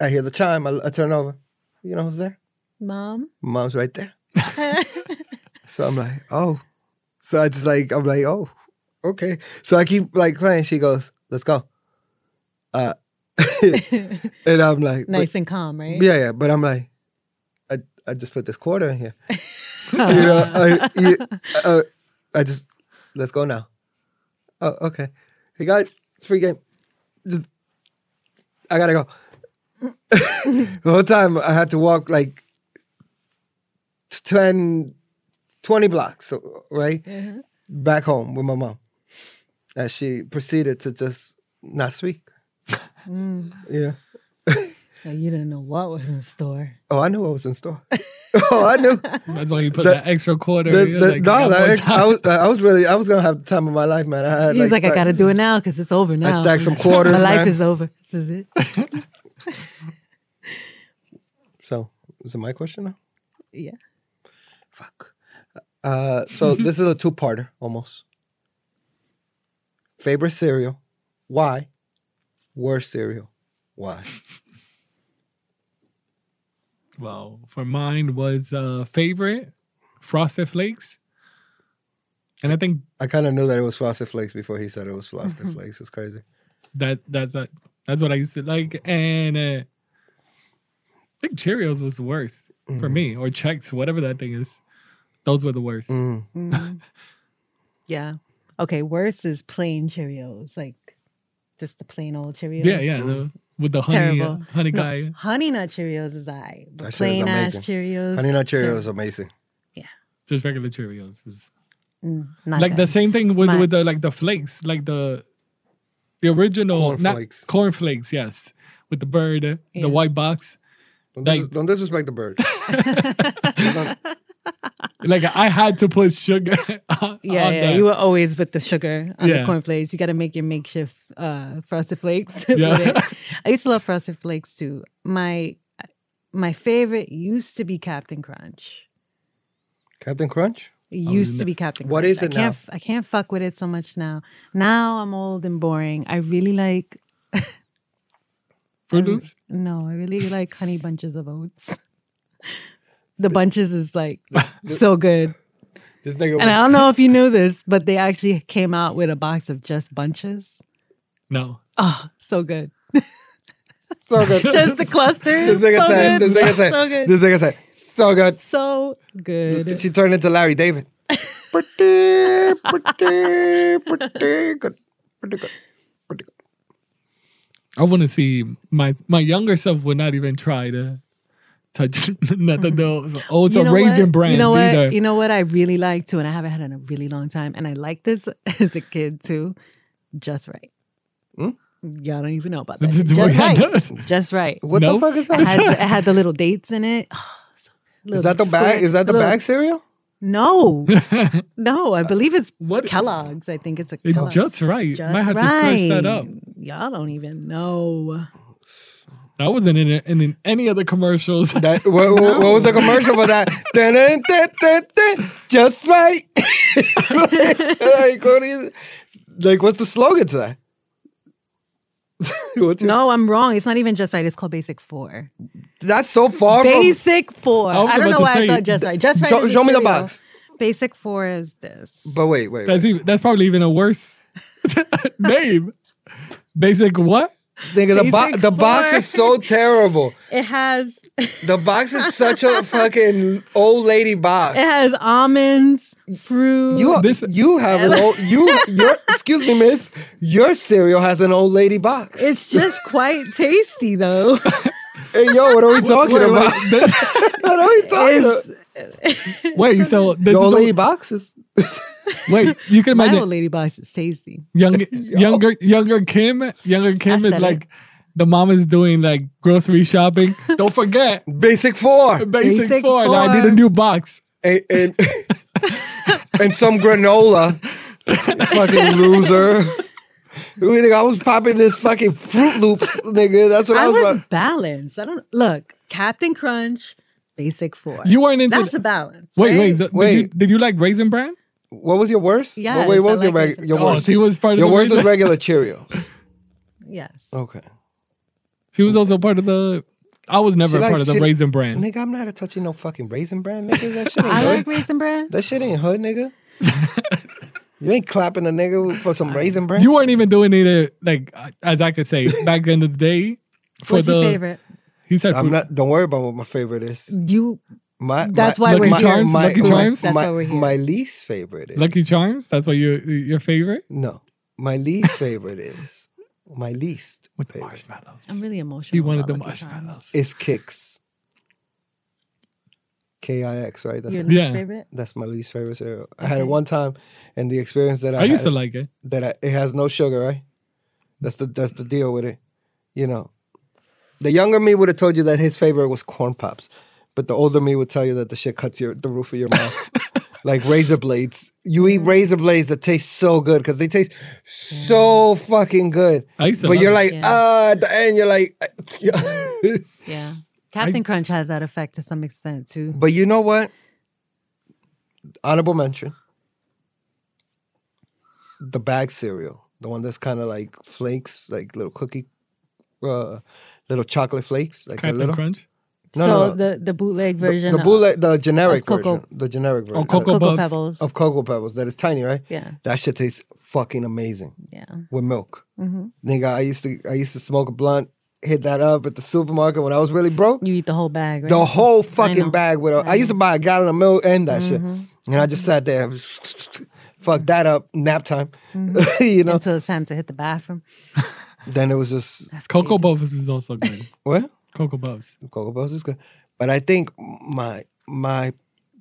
Speaker 3: i hear the chime I, I turn over you know who's there
Speaker 2: Mom.
Speaker 3: mom's right there so i'm like oh so i just like i'm like oh okay so i keep like playing she goes let's go uh, and i'm like "Wait,
Speaker 2: Nice and calm, right?
Speaker 3: yeah, yeah, but I'm like, I, I just put this quarter in here. you know, I, you, uh, I just let's go now. Oh, okay. Hey guys, it's free game. Just- I gotta go. the whole time I had to walk like t- 10, 20 blocks, so- right? Back home with my mom. And she proceeded to just not speak. Yeah.
Speaker 2: Like, you didn't know what was in store.
Speaker 3: Oh, I knew what was in store. oh, I knew.
Speaker 5: That's why you put
Speaker 3: The-
Speaker 5: that extra quarter.
Speaker 3: The-
Speaker 5: You're
Speaker 3: the-
Speaker 5: like,
Speaker 3: no,
Speaker 5: "I got
Speaker 3: that
Speaker 5: more
Speaker 3: ex-
Speaker 5: time."
Speaker 3: I, was, I was really, I was gonna have the time of my life, man. I had,
Speaker 2: He's like, I
Speaker 3: stack-
Speaker 2: gotta do it now because it's over now.
Speaker 3: I stacked some quarters,
Speaker 2: My life
Speaker 3: man.
Speaker 2: is over. This is it.
Speaker 3: so, is it my question now?
Speaker 2: Yeah.
Speaker 3: Fuck. Uh, so this is a two-parter almost. Favorite cereal, why? Worst cereal, why?
Speaker 5: Well, for mine was uh favorite Frosted Flakes. And I think
Speaker 3: I kind of knew that it was Frosted Flakes before he said it was Frosted Flakes. It's crazy.
Speaker 5: that that's uh, that's what I used to like and uh, I think Cheerios was the worst for me or Chex, whatever that thing is. Those were the worst.
Speaker 2: Yeah. Okay. Worse is plain Cheerios, like just the plain old Cheerios.
Speaker 5: Yeah, yeah, the- with the honey uh,
Speaker 2: Terrible.
Speaker 5: honey
Speaker 2: No,
Speaker 5: guy.
Speaker 2: honey nut Cheerios is I. But
Speaker 3: That shit is
Speaker 2: plain ass
Speaker 3: amazing.
Speaker 2: Cheerios.
Speaker 3: Honey Nut Cheerios is amazing.
Speaker 5: Just regular Cheerios was
Speaker 2: Mm, not
Speaker 5: like the
Speaker 2: good.
Speaker 5: same thing with
Speaker 2: My-
Speaker 5: with the like the flakes, like the the original
Speaker 3: Cornflakes.
Speaker 5: not cornflakes, yes. With the bird, uh,
Speaker 2: Yeah.
Speaker 5: the white box.
Speaker 3: Don't,
Speaker 5: Like-
Speaker 3: dis- don't disrespect the bird.
Speaker 5: Like I had to put sugar on,
Speaker 2: Yeah,
Speaker 5: on
Speaker 2: yeah.
Speaker 5: that.
Speaker 2: You were always with the sugar on
Speaker 5: Yeah.
Speaker 2: the cornflakes. You got to make your makeshift uh, frosted flakes.
Speaker 5: Yeah.
Speaker 2: with it. I used to love frosted flakes too. My my favorite used to be Captain Crunch.
Speaker 3: Captain Crunch.
Speaker 2: It used to be Captain
Speaker 3: What
Speaker 2: Crunch.
Speaker 3: is
Speaker 2: I
Speaker 3: it now?
Speaker 2: can't, I can't fuck with it so much now. Now I'm old and boring. I really like
Speaker 5: Fruit Loops.
Speaker 2: No, I really like honey bunches of oats. The bunches is like so good.
Speaker 3: This nigga.
Speaker 2: And I don't know if you knew this, but they actually came out with a box of just bunches.
Speaker 5: No.
Speaker 2: Oh, so good.
Speaker 3: so good.
Speaker 2: Just the
Speaker 3: This
Speaker 2: clusters.
Speaker 3: nigga
Speaker 2: so
Speaker 3: said.
Speaker 2: good.
Speaker 3: This nigga said.
Speaker 2: So good.
Speaker 3: This nigga said. So good.
Speaker 2: so good.
Speaker 3: She turned into Larry David. pretty, pretty, pretty good. Pretty good. Pretty good.
Speaker 5: I want to see my my younger self would not even try to touch none of those oats or raisin
Speaker 2: what?
Speaker 5: brands
Speaker 2: Mm-hmm. you know what?
Speaker 5: either.
Speaker 2: You know what I really like too, and I haven't had
Speaker 3: Hmm?
Speaker 2: in a really long time, and I like this as a kid too. Just right. Y'all don't even know about that.
Speaker 5: Did we
Speaker 2: Just
Speaker 5: end
Speaker 2: right.
Speaker 5: up-
Speaker 2: Just right.
Speaker 3: What
Speaker 5: Nope.
Speaker 3: the fuck is
Speaker 2: It
Speaker 3: that?
Speaker 2: had, it had the little dates in it.
Speaker 3: Is that the bag? Is that the bag cereal?
Speaker 2: No, no. I believe it's
Speaker 5: What-
Speaker 2: Kellogg's. I think it's a
Speaker 5: It
Speaker 2: Kellogg's.
Speaker 5: just right.
Speaker 2: Just
Speaker 5: Might have to search that up.
Speaker 2: right. Y'all don't even know.
Speaker 5: That wasn't in, in, in any other commercials.
Speaker 3: That what, what, what was the commercial for that? Dun, dun, dun, dun, dun, just right. like, what is, like, what's the slogan to that? What's your-
Speaker 2: No, I'm wrong. It's not even just right. It's called Basic Four.
Speaker 3: that's so far from.
Speaker 2: Basic Four.
Speaker 5: I
Speaker 2: I,
Speaker 5: was
Speaker 2: don't
Speaker 5: about
Speaker 2: know
Speaker 5: to
Speaker 2: why
Speaker 5: say,
Speaker 2: I thought just right. Just right.
Speaker 3: Show,
Speaker 2: is a
Speaker 3: show me the
Speaker 2: cereal.
Speaker 3: box.
Speaker 2: Basic Four is this.
Speaker 3: But wait, wait, wait.
Speaker 5: That's even, that's probably even a worse name. Basic what?
Speaker 3: Nigga, the, bo-
Speaker 2: Basic
Speaker 3: the box
Speaker 2: four.
Speaker 3: is so terrible.
Speaker 2: It has it
Speaker 3: The box is such a fucking old lady box.
Speaker 2: has almonds, fruit.
Speaker 3: You
Speaker 5: This-
Speaker 3: you have an old you your excuse me, miss. Your cereal has an old lady box.
Speaker 2: it's just quite tasty though.
Speaker 3: hey yo, what are we talking
Speaker 5: Wait,
Speaker 3: about?
Speaker 5: wait, this-
Speaker 3: what are we talking
Speaker 2: It's-
Speaker 3: about?
Speaker 5: wait, so this
Speaker 3: The old
Speaker 5: is
Speaker 3: lady
Speaker 5: the,
Speaker 3: box is
Speaker 5: wait. You can
Speaker 2: My old
Speaker 5: imagine
Speaker 2: lady box is tasty.
Speaker 5: young, younger younger Kim younger Kim
Speaker 2: said
Speaker 5: is
Speaker 2: it.
Speaker 5: like the mom is doing like grocery shopping. Don't forget
Speaker 3: basic four.
Speaker 5: basic,
Speaker 2: Basic
Speaker 5: four. Now I need a
Speaker 2: four.
Speaker 5: new box.
Speaker 3: And and, and some granola. fucking loser. Who you think I was popping this fucking Fruit Loops, nigga. That's what I,
Speaker 2: I
Speaker 3: was,
Speaker 2: was
Speaker 3: about.
Speaker 2: balanced. I don't look Captain Crunch, Basic Four.
Speaker 5: You weren't into
Speaker 2: That's
Speaker 5: the-
Speaker 2: a balance.
Speaker 5: Wait,
Speaker 2: right?
Speaker 5: wait, so Did, you,
Speaker 3: Wait.
Speaker 5: did you like Raisin Bran?
Speaker 3: What was your worst?
Speaker 2: Yes,
Speaker 3: What- wait, what
Speaker 2: I
Speaker 3: was your,
Speaker 2: like
Speaker 3: reg-
Speaker 2: basic
Speaker 3: your
Speaker 2: four.
Speaker 5: Oh,
Speaker 3: worst?
Speaker 5: she was part of
Speaker 3: your
Speaker 5: the
Speaker 3: worst was
Speaker 5: Raisin-
Speaker 3: regular Cheerio.
Speaker 2: Yes.
Speaker 3: Okay.
Speaker 5: She was also part of the. I was never
Speaker 3: She
Speaker 5: a part
Speaker 3: likes-
Speaker 5: of the
Speaker 3: she-
Speaker 5: Raisin Bran.
Speaker 3: Nigga, I'm not a touching no fucking raisin brand, nigga. That shit ain't
Speaker 2: I
Speaker 3: hood.
Speaker 2: like raisin bran.
Speaker 3: that shit ain't hood, nigga. you ain't clapping a nigga for some raisin brand.
Speaker 5: You weren't even doing it uh, like uh, as I could say back in the day. For
Speaker 2: What's
Speaker 5: the
Speaker 2: your favorite?
Speaker 5: he said
Speaker 3: I'm
Speaker 5: fruit-
Speaker 3: not. Don't worry about what my favorite is.
Speaker 2: You
Speaker 3: My
Speaker 2: That's
Speaker 3: my,
Speaker 2: why
Speaker 5: Lucky
Speaker 2: we're here.
Speaker 5: Charms?
Speaker 3: my,
Speaker 5: Lucky
Speaker 3: my-
Speaker 5: Charms?
Speaker 3: My,
Speaker 2: That's why we're here.
Speaker 3: my least favorite is
Speaker 5: Lucky Charms. That's what you your favorite.
Speaker 3: No, my least favorite is my least favorite
Speaker 2: I'm really emotional.
Speaker 5: He wanted
Speaker 2: about
Speaker 5: the
Speaker 2: Lucky Charms.
Speaker 5: marshmallows.
Speaker 3: is kicks. K I X right. That's
Speaker 2: Your
Speaker 5: Yeah.
Speaker 2: least favorite?
Speaker 3: that's my least favorite cereal. I had it
Speaker 2: Okay.
Speaker 3: one time, and the experience that I,
Speaker 5: I used to
Speaker 3: had-
Speaker 5: like it.
Speaker 3: that I, it has no sugar, right? That's the that's the deal with it. You know, the younger me would have told you that his favorite was corn pops, but the older me would tell you that the shit cuts your the roof of your mouth. Like razor blades, you
Speaker 2: Mm.
Speaker 3: eat razor blades that taste so good because they taste so fucking good.
Speaker 5: I used to
Speaker 3: but
Speaker 5: love
Speaker 3: you're
Speaker 5: it.
Speaker 3: like,
Speaker 2: Mm. Yeah.
Speaker 3: ah, at the end, you're like,
Speaker 2: Yeah. Captain Crunch has that effect to some extent too.
Speaker 3: but you know what? Honorable mention: the bag cereal, the one that's kind of like flakes, like little cookie, uh, little chocolate flakes, like a
Speaker 5: Captain
Speaker 3: little.
Speaker 5: Crunch.
Speaker 3: No,
Speaker 2: so
Speaker 3: no, no.
Speaker 2: the the bootleg
Speaker 3: The,
Speaker 2: version.
Speaker 3: the
Speaker 2: of
Speaker 3: bootleg, the generic
Speaker 2: of Cocoa-
Speaker 3: version, the generic version
Speaker 5: Oh, Cocoa
Speaker 2: Cocoa
Speaker 5: Puffs.
Speaker 2: Pebbles.
Speaker 3: of Cocoa Pebbles that is tiny, right?
Speaker 2: Yeah.
Speaker 3: that shit tastes fucking amazing
Speaker 2: Yeah. Mm-hmm.
Speaker 3: with milk. Nigga, I used to I used to smoke a blunt, hit that up at the supermarket when I was really broke.
Speaker 2: You eat the whole bag, right?
Speaker 3: The whole
Speaker 2: know. Mm-hmm.
Speaker 3: fucking bag with a, I used to buy a gallon of milk and that shit, and I just sat there, fucked that up. Nap time, you know.
Speaker 2: until Mm-hmm. it's time to hit the bathroom.
Speaker 3: then it was just
Speaker 2: That's
Speaker 5: Cocoa
Speaker 2: crazy.
Speaker 5: Puffs is also good.
Speaker 3: what
Speaker 5: Cocoa Puffs.
Speaker 3: Cocoa Puffs is good, but I think my my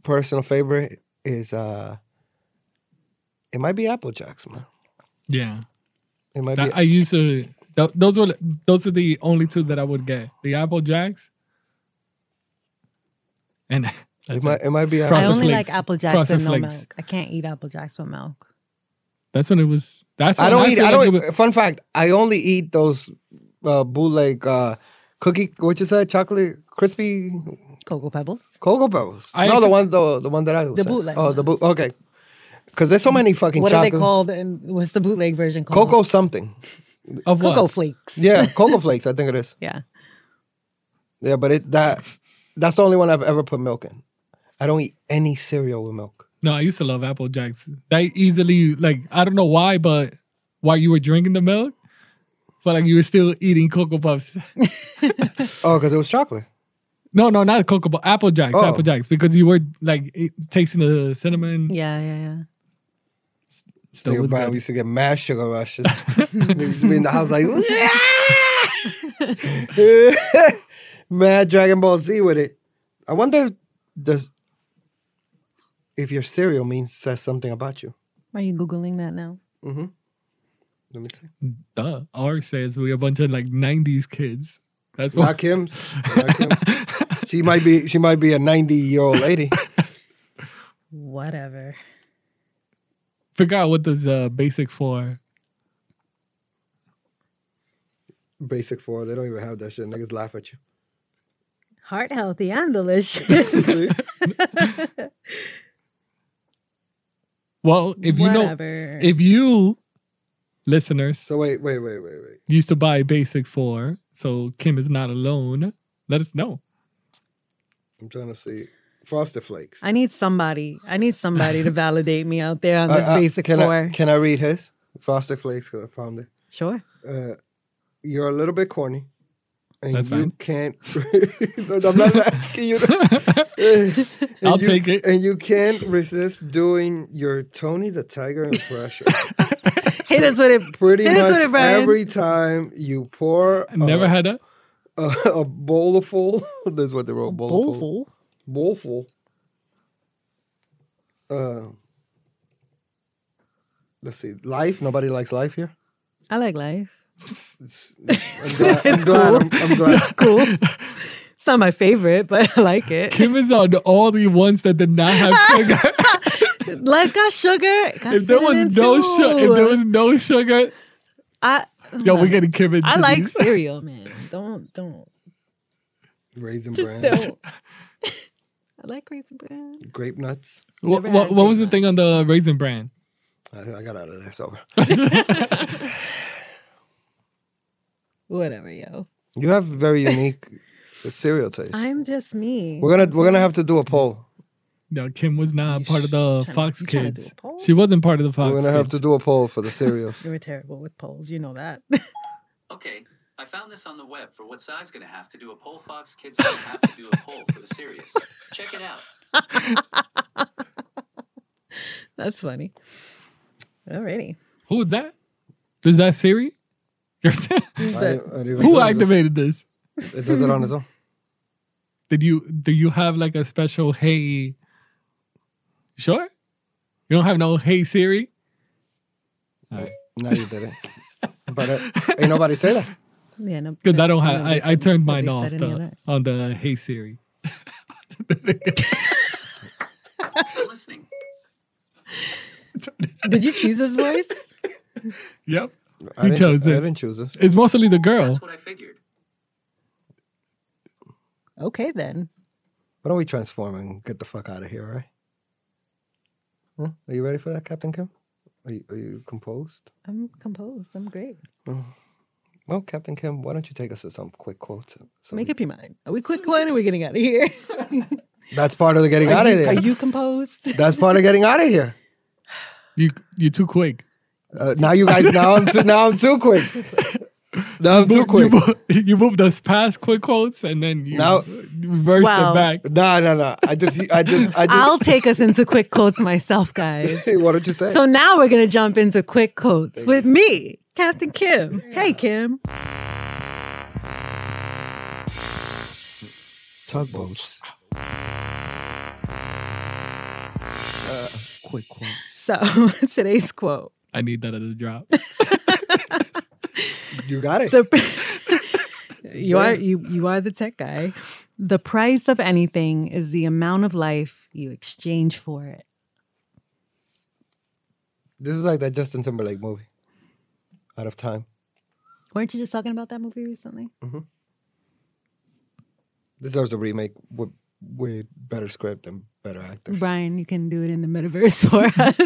Speaker 3: personal favorite is uh, it might be Apple Jacks, man.
Speaker 5: Yeah,
Speaker 3: It might
Speaker 5: That-
Speaker 3: be
Speaker 5: I used to. th- those were those are the only two that I would get. The Apple Jacks. And
Speaker 3: it
Speaker 5: that's,
Speaker 3: might,
Speaker 5: it.
Speaker 3: it might be
Speaker 2: I
Speaker 5: Frosted
Speaker 3: Apple.
Speaker 2: only
Speaker 5: Flakes.
Speaker 2: like Apple Jacks
Speaker 5: Frosted
Speaker 2: with no
Speaker 5: Flakes.
Speaker 2: milk. I can't eat Apple Jacks with milk.
Speaker 5: that's when it was. That's when
Speaker 3: I don't eat.
Speaker 5: feel
Speaker 3: I
Speaker 5: like
Speaker 3: don't.
Speaker 5: it was-
Speaker 3: eat- fun fact: I only eat those uh, bootleg uh, cookie. What you said? Chocolate crispy
Speaker 2: Cocoa Pebbles.
Speaker 3: cocoa pebbles.
Speaker 5: I
Speaker 3: no, the
Speaker 5: actually-
Speaker 3: one the the one that I was
Speaker 2: The
Speaker 3: saying.
Speaker 2: bootleg
Speaker 3: Oh, the boot. Okay, because there's so many fucking
Speaker 2: What are
Speaker 3: chocolate
Speaker 2: they called? And what's the bootleg version called?
Speaker 3: cocoa something. uh,
Speaker 5: of what?
Speaker 2: Cocoa flakes.
Speaker 3: Yeah, cocoa flakes. I think it is.
Speaker 2: Yeah.
Speaker 3: Yeah, but it that that's the only one I've ever put milk in. I don't eat any cereal with milk.
Speaker 5: No, I used to love Apple Jacks. They easily like I don't know why, but while you were drinking the milk, but like you were still eating Cocoa Puffs.
Speaker 3: Oh, because it was chocolate.
Speaker 5: No, no, not Cocoa Puffs. Apple Jacks,
Speaker 3: Oh.
Speaker 5: Apple Jacks, because you were like it, tasting the cinnamon.
Speaker 2: Yeah. Yeah. Yeah.
Speaker 5: Still
Speaker 3: Nigga
Speaker 5: was
Speaker 3: Brian, we
Speaker 5: good.
Speaker 3: used to get mad sugar rushes. Niggas used to be in the house like, "Yeah!" "Ah!" mad Dragon Ball Z with it. I wonder if does if your cereal means says something about you.
Speaker 2: Are you googling that now?
Speaker 3: Let me see.
Speaker 5: Duh. R says we're a bunch of like 90s kids. That's why.
Speaker 3: Not Kim's. Not Kim's. she might be. She might be a ninety-year-old lady.
Speaker 2: Whatever.
Speaker 5: Figure out what does uh, basic for.
Speaker 3: Basic four. They don't even have that shit. Niggas laugh at you.
Speaker 2: Heart healthy and delicious.
Speaker 3: See?
Speaker 5: Well, if you know,
Speaker 2: Whatever.
Speaker 5: if you listeners
Speaker 3: So wait, wait, wait, wait, wait.
Speaker 5: used to buy basic for, so Kim is not alone. Let us know.
Speaker 3: I'm trying to see. Frosted Flakes.
Speaker 2: I need somebody. I need somebody to validate me out there on
Speaker 3: Uh,
Speaker 2: this
Speaker 3: uh,
Speaker 2: basic
Speaker 3: can
Speaker 2: floor.
Speaker 3: I, can I read his? Frosted Flakes, because I found it.
Speaker 2: sure.
Speaker 3: Uh, you're a little bit corny. And
Speaker 5: That's
Speaker 3: you
Speaker 5: fine.
Speaker 3: can't. I'm not asking you. To, And
Speaker 5: I'll
Speaker 3: you-
Speaker 5: take it.
Speaker 3: And you can't resist doing your Tony the Tiger impression.
Speaker 2: Hit us with it.
Speaker 3: Pretty
Speaker 2: Hit us with
Speaker 3: much
Speaker 2: it, Brian.
Speaker 3: every time you pour
Speaker 5: I never
Speaker 3: a,
Speaker 5: had a
Speaker 3: a, a bowl full. That's what they wrote. Bowl full.
Speaker 2: Bowlful.
Speaker 3: Bowl full. Uh, let's see. Life. Nobody likes life here.
Speaker 2: I like life.
Speaker 3: I'm glad. I'm glad. I'm- I'm glad.
Speaker 2: Cool. it's not my favorite, but I like it.
Speaker 5: Kim is on all the ones that did not have sugar.
Speaker 2: Life got sugar. It got
Speaker 5: if there was
Speaker 2: cinnamon,
Speaker 5: no
Speaker 2: too.
Speaker 5: sugar, if there was no sugar,
Speaker 2: I
Speaker 5: yo, we're getting Kim into
Speaker 2: I like
Speaker 5: these.
Speaker 2: cereal, man. Don't don't
Speaker 3: Raisin
Speaker 2: just
Speaker 3: bran.
Speaker 2: don't. I like raisin bran.
Speaker 3: Grape nuts.
Speaker 5: What,
Speaker 2: Never
Speaker 5: what,
Speaker 2: had
Speaker 5: what was the
Speaker 2: Raisin
Speaker 5: thing on the raisin brand?
Speaker 3: I, I got out of there. It's over.
Speaker 2: Whatever, yo.
Speaker 3: You have very unique cereal taste.
Speaker 2: I'm just me.
Speaker 3: we're gonna we're gonna have to do a poll.
Speaker 5: No, Kim was not
Speaker 2: You
Speaker 5: part of the
Speaker 2: sh- tryna-
Speaker 5: Fox
Speaker 2: you tryna do a
Speaker 5: Kids.
Speaker 2: poll?
Speaker 5: She wasn't part of the Fox
Speaker 3: we're gonna have to
Speaker 5: Kids.
Speaker 3: do a poll for the cereals.
Speaker 2: You were terrible with polls. You know that.
Speaker 6: Okay, I found this on the web for what size gonna have to do a poll. Fox Kids gonna have to do a poll for the series. Check it out.
Speaker 2: That's funny. Alrighty.
Speaker 5: Who was that? Is that Siri? You're saying-
Speaker 3: I didn't- I didn't even
Speaker 5: Who
Speaker 3: know that.
Speaker 5: activated this?
Speaker 3: It does it on its own.
Speaker 5: Did you do you have like a special hey? Sure. You don't have no hey Siri?
Speaker 3: No, you didn't. But uh, ain't nobody say that.
Speaker 2: Yeah, no.
Speaker 5: Because I don't have I,
Speaker 2: nobody
Speaker 5: I
Speaker 2: said-
Speaker 5: turned mine
Speaker 2: nobody
Speaker 5: off
Speaker 2: said any of
Speaker 5: the,
Speaker 2: that.
Speaker 5: on the hey Siri.
Speaker 6: I'm listening.
Speaker 2: Did you choose his voice?
Speaker 5: Yep.
Speaker 3: I didn't,
Speaker 5: chose
Speaker 3: I
Speaker 5: it?
Speaker 3: didn't choose this.
Speaker 5: It's mostly the girl.
Speaker 6: That's what I figured.
Speaker 2: okay then.
Speaker 3: Why don't we transform and get the fuck out of here, all right? Huh? Are you ready for that, Captain Kim? Are you, are you composed?
Speaker 2: I'm composed. I'm great.
Speaker 3: Well, Captain Kim, why don't you take us to some quick quotes? So
Speaker 2: Make up your mind. Are we quick going or are we getting out of here?
Speaker 3: that's part of the getting out of
Speaker 2: Are
Speaker 3: there.
Speaker 2: you composed?
Speaker 3: that's part of getting out of here.
Speaker 5: You you're too quick.
Speaker 3: Uh, now you guys, now I'm too, now I'm too quick. Now I'm too
Speaker 5: You,
Speaker 3: quick.
Speaker 5: mo- you moved us past quick quotes and then you
Speaker 3: Now-
Speaker 5: reversed
Speaker 2: Wow.
Speaker 5: it back.
Speaker 3: No, no, no. I just, I just, I just.
Speaker 2: I'll take us into quick quotes myself, guys.
Speaker 3: Hey, what did you say?
Speaker 2: So now we're gonna jump into quick quotes with me, Captain Kim. Hey Kim.
Speaker 3: Tugboats. Uh, quick quotes.
Speaker 2: So today's quote.
Speaker 5: I need that as a drop.
Speaker 3: You got it.
Speaker 2: The you are you you are the tech guy. The price of anything is the amount of life you exchange for it.
Speaker 3: This is like that Justin Timberlake movie. Out of time.
Speaker 2: Weren't you just talking about that movie recently?
Speaker 3: Deserves a remake with, with better script and better actors.
Speaker 2: Brian, you can do it in the metaverse for us.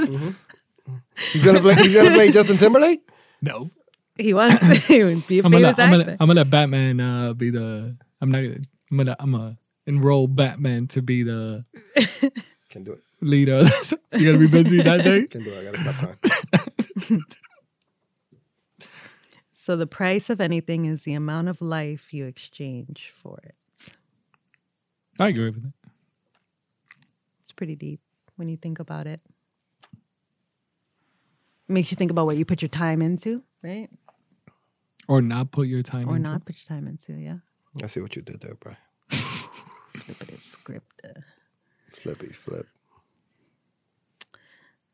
Speaker 3: He's gonna play. He's gonna play Justin Timberlake.
Speaker 5: No.
Speaker 2: he wants to be a
Speaker 5: I'm gonna,
Speaker 2: famous
Speaker 5: I'm
Speaker 2: actor.
Speaker 5: gonna I'm gonna let Batman uh, be the I'm not gonna I'm gonna I'm gonna enroll Batman to be the
Speaker 3: Can do it.
Speaker 5: leader. You're gonna be busy that day.
Speaker 3: Can do it. I gotta stop crying.
Speaker 2: so the price of anything is the amount of life you exchange for it.
Speaker 5: I agree with that.
Speaker 2: It's pretty deep when you think about it. Makes you think about what you put your time into, right?
Speaker 5: Or not put your time
Speaker 2: Or
Speaker 5: into
Speaker 2: not put your time into, yeah.
Speaker 3: I see what you did there, Brian.
Speaker 2: Flippity script. uh,
Speaker 3: Flippy flip.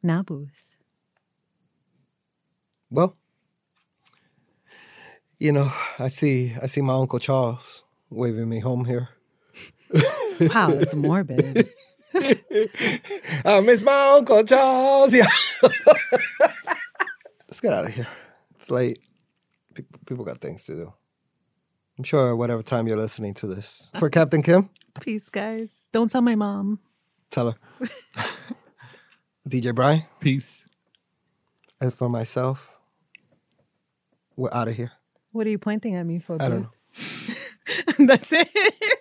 Speaker 2: Now, Booth.
Speaker 3: Well, you know, I see I see my uncle Charles waving me home here.
Speaker 2: Wow, that's morbid.
Speaker 3: I Uh, miss my uncle Charles. Yeah. Let's get out of here. It's late. People, people got things to do. I'm sure whatever time you're listening to this for Captain Kim,
Speaker 2: Peace, guys. Don't tell my mom.
Speaker 3: tell her. DJ Brian,
Speaker 5: Peace.
Speaker 3: and for myself, we're out of here.
Speaker 2: What are you pointing at me for?
Speaker 3: I don't
Speaker 2: boo? that's it.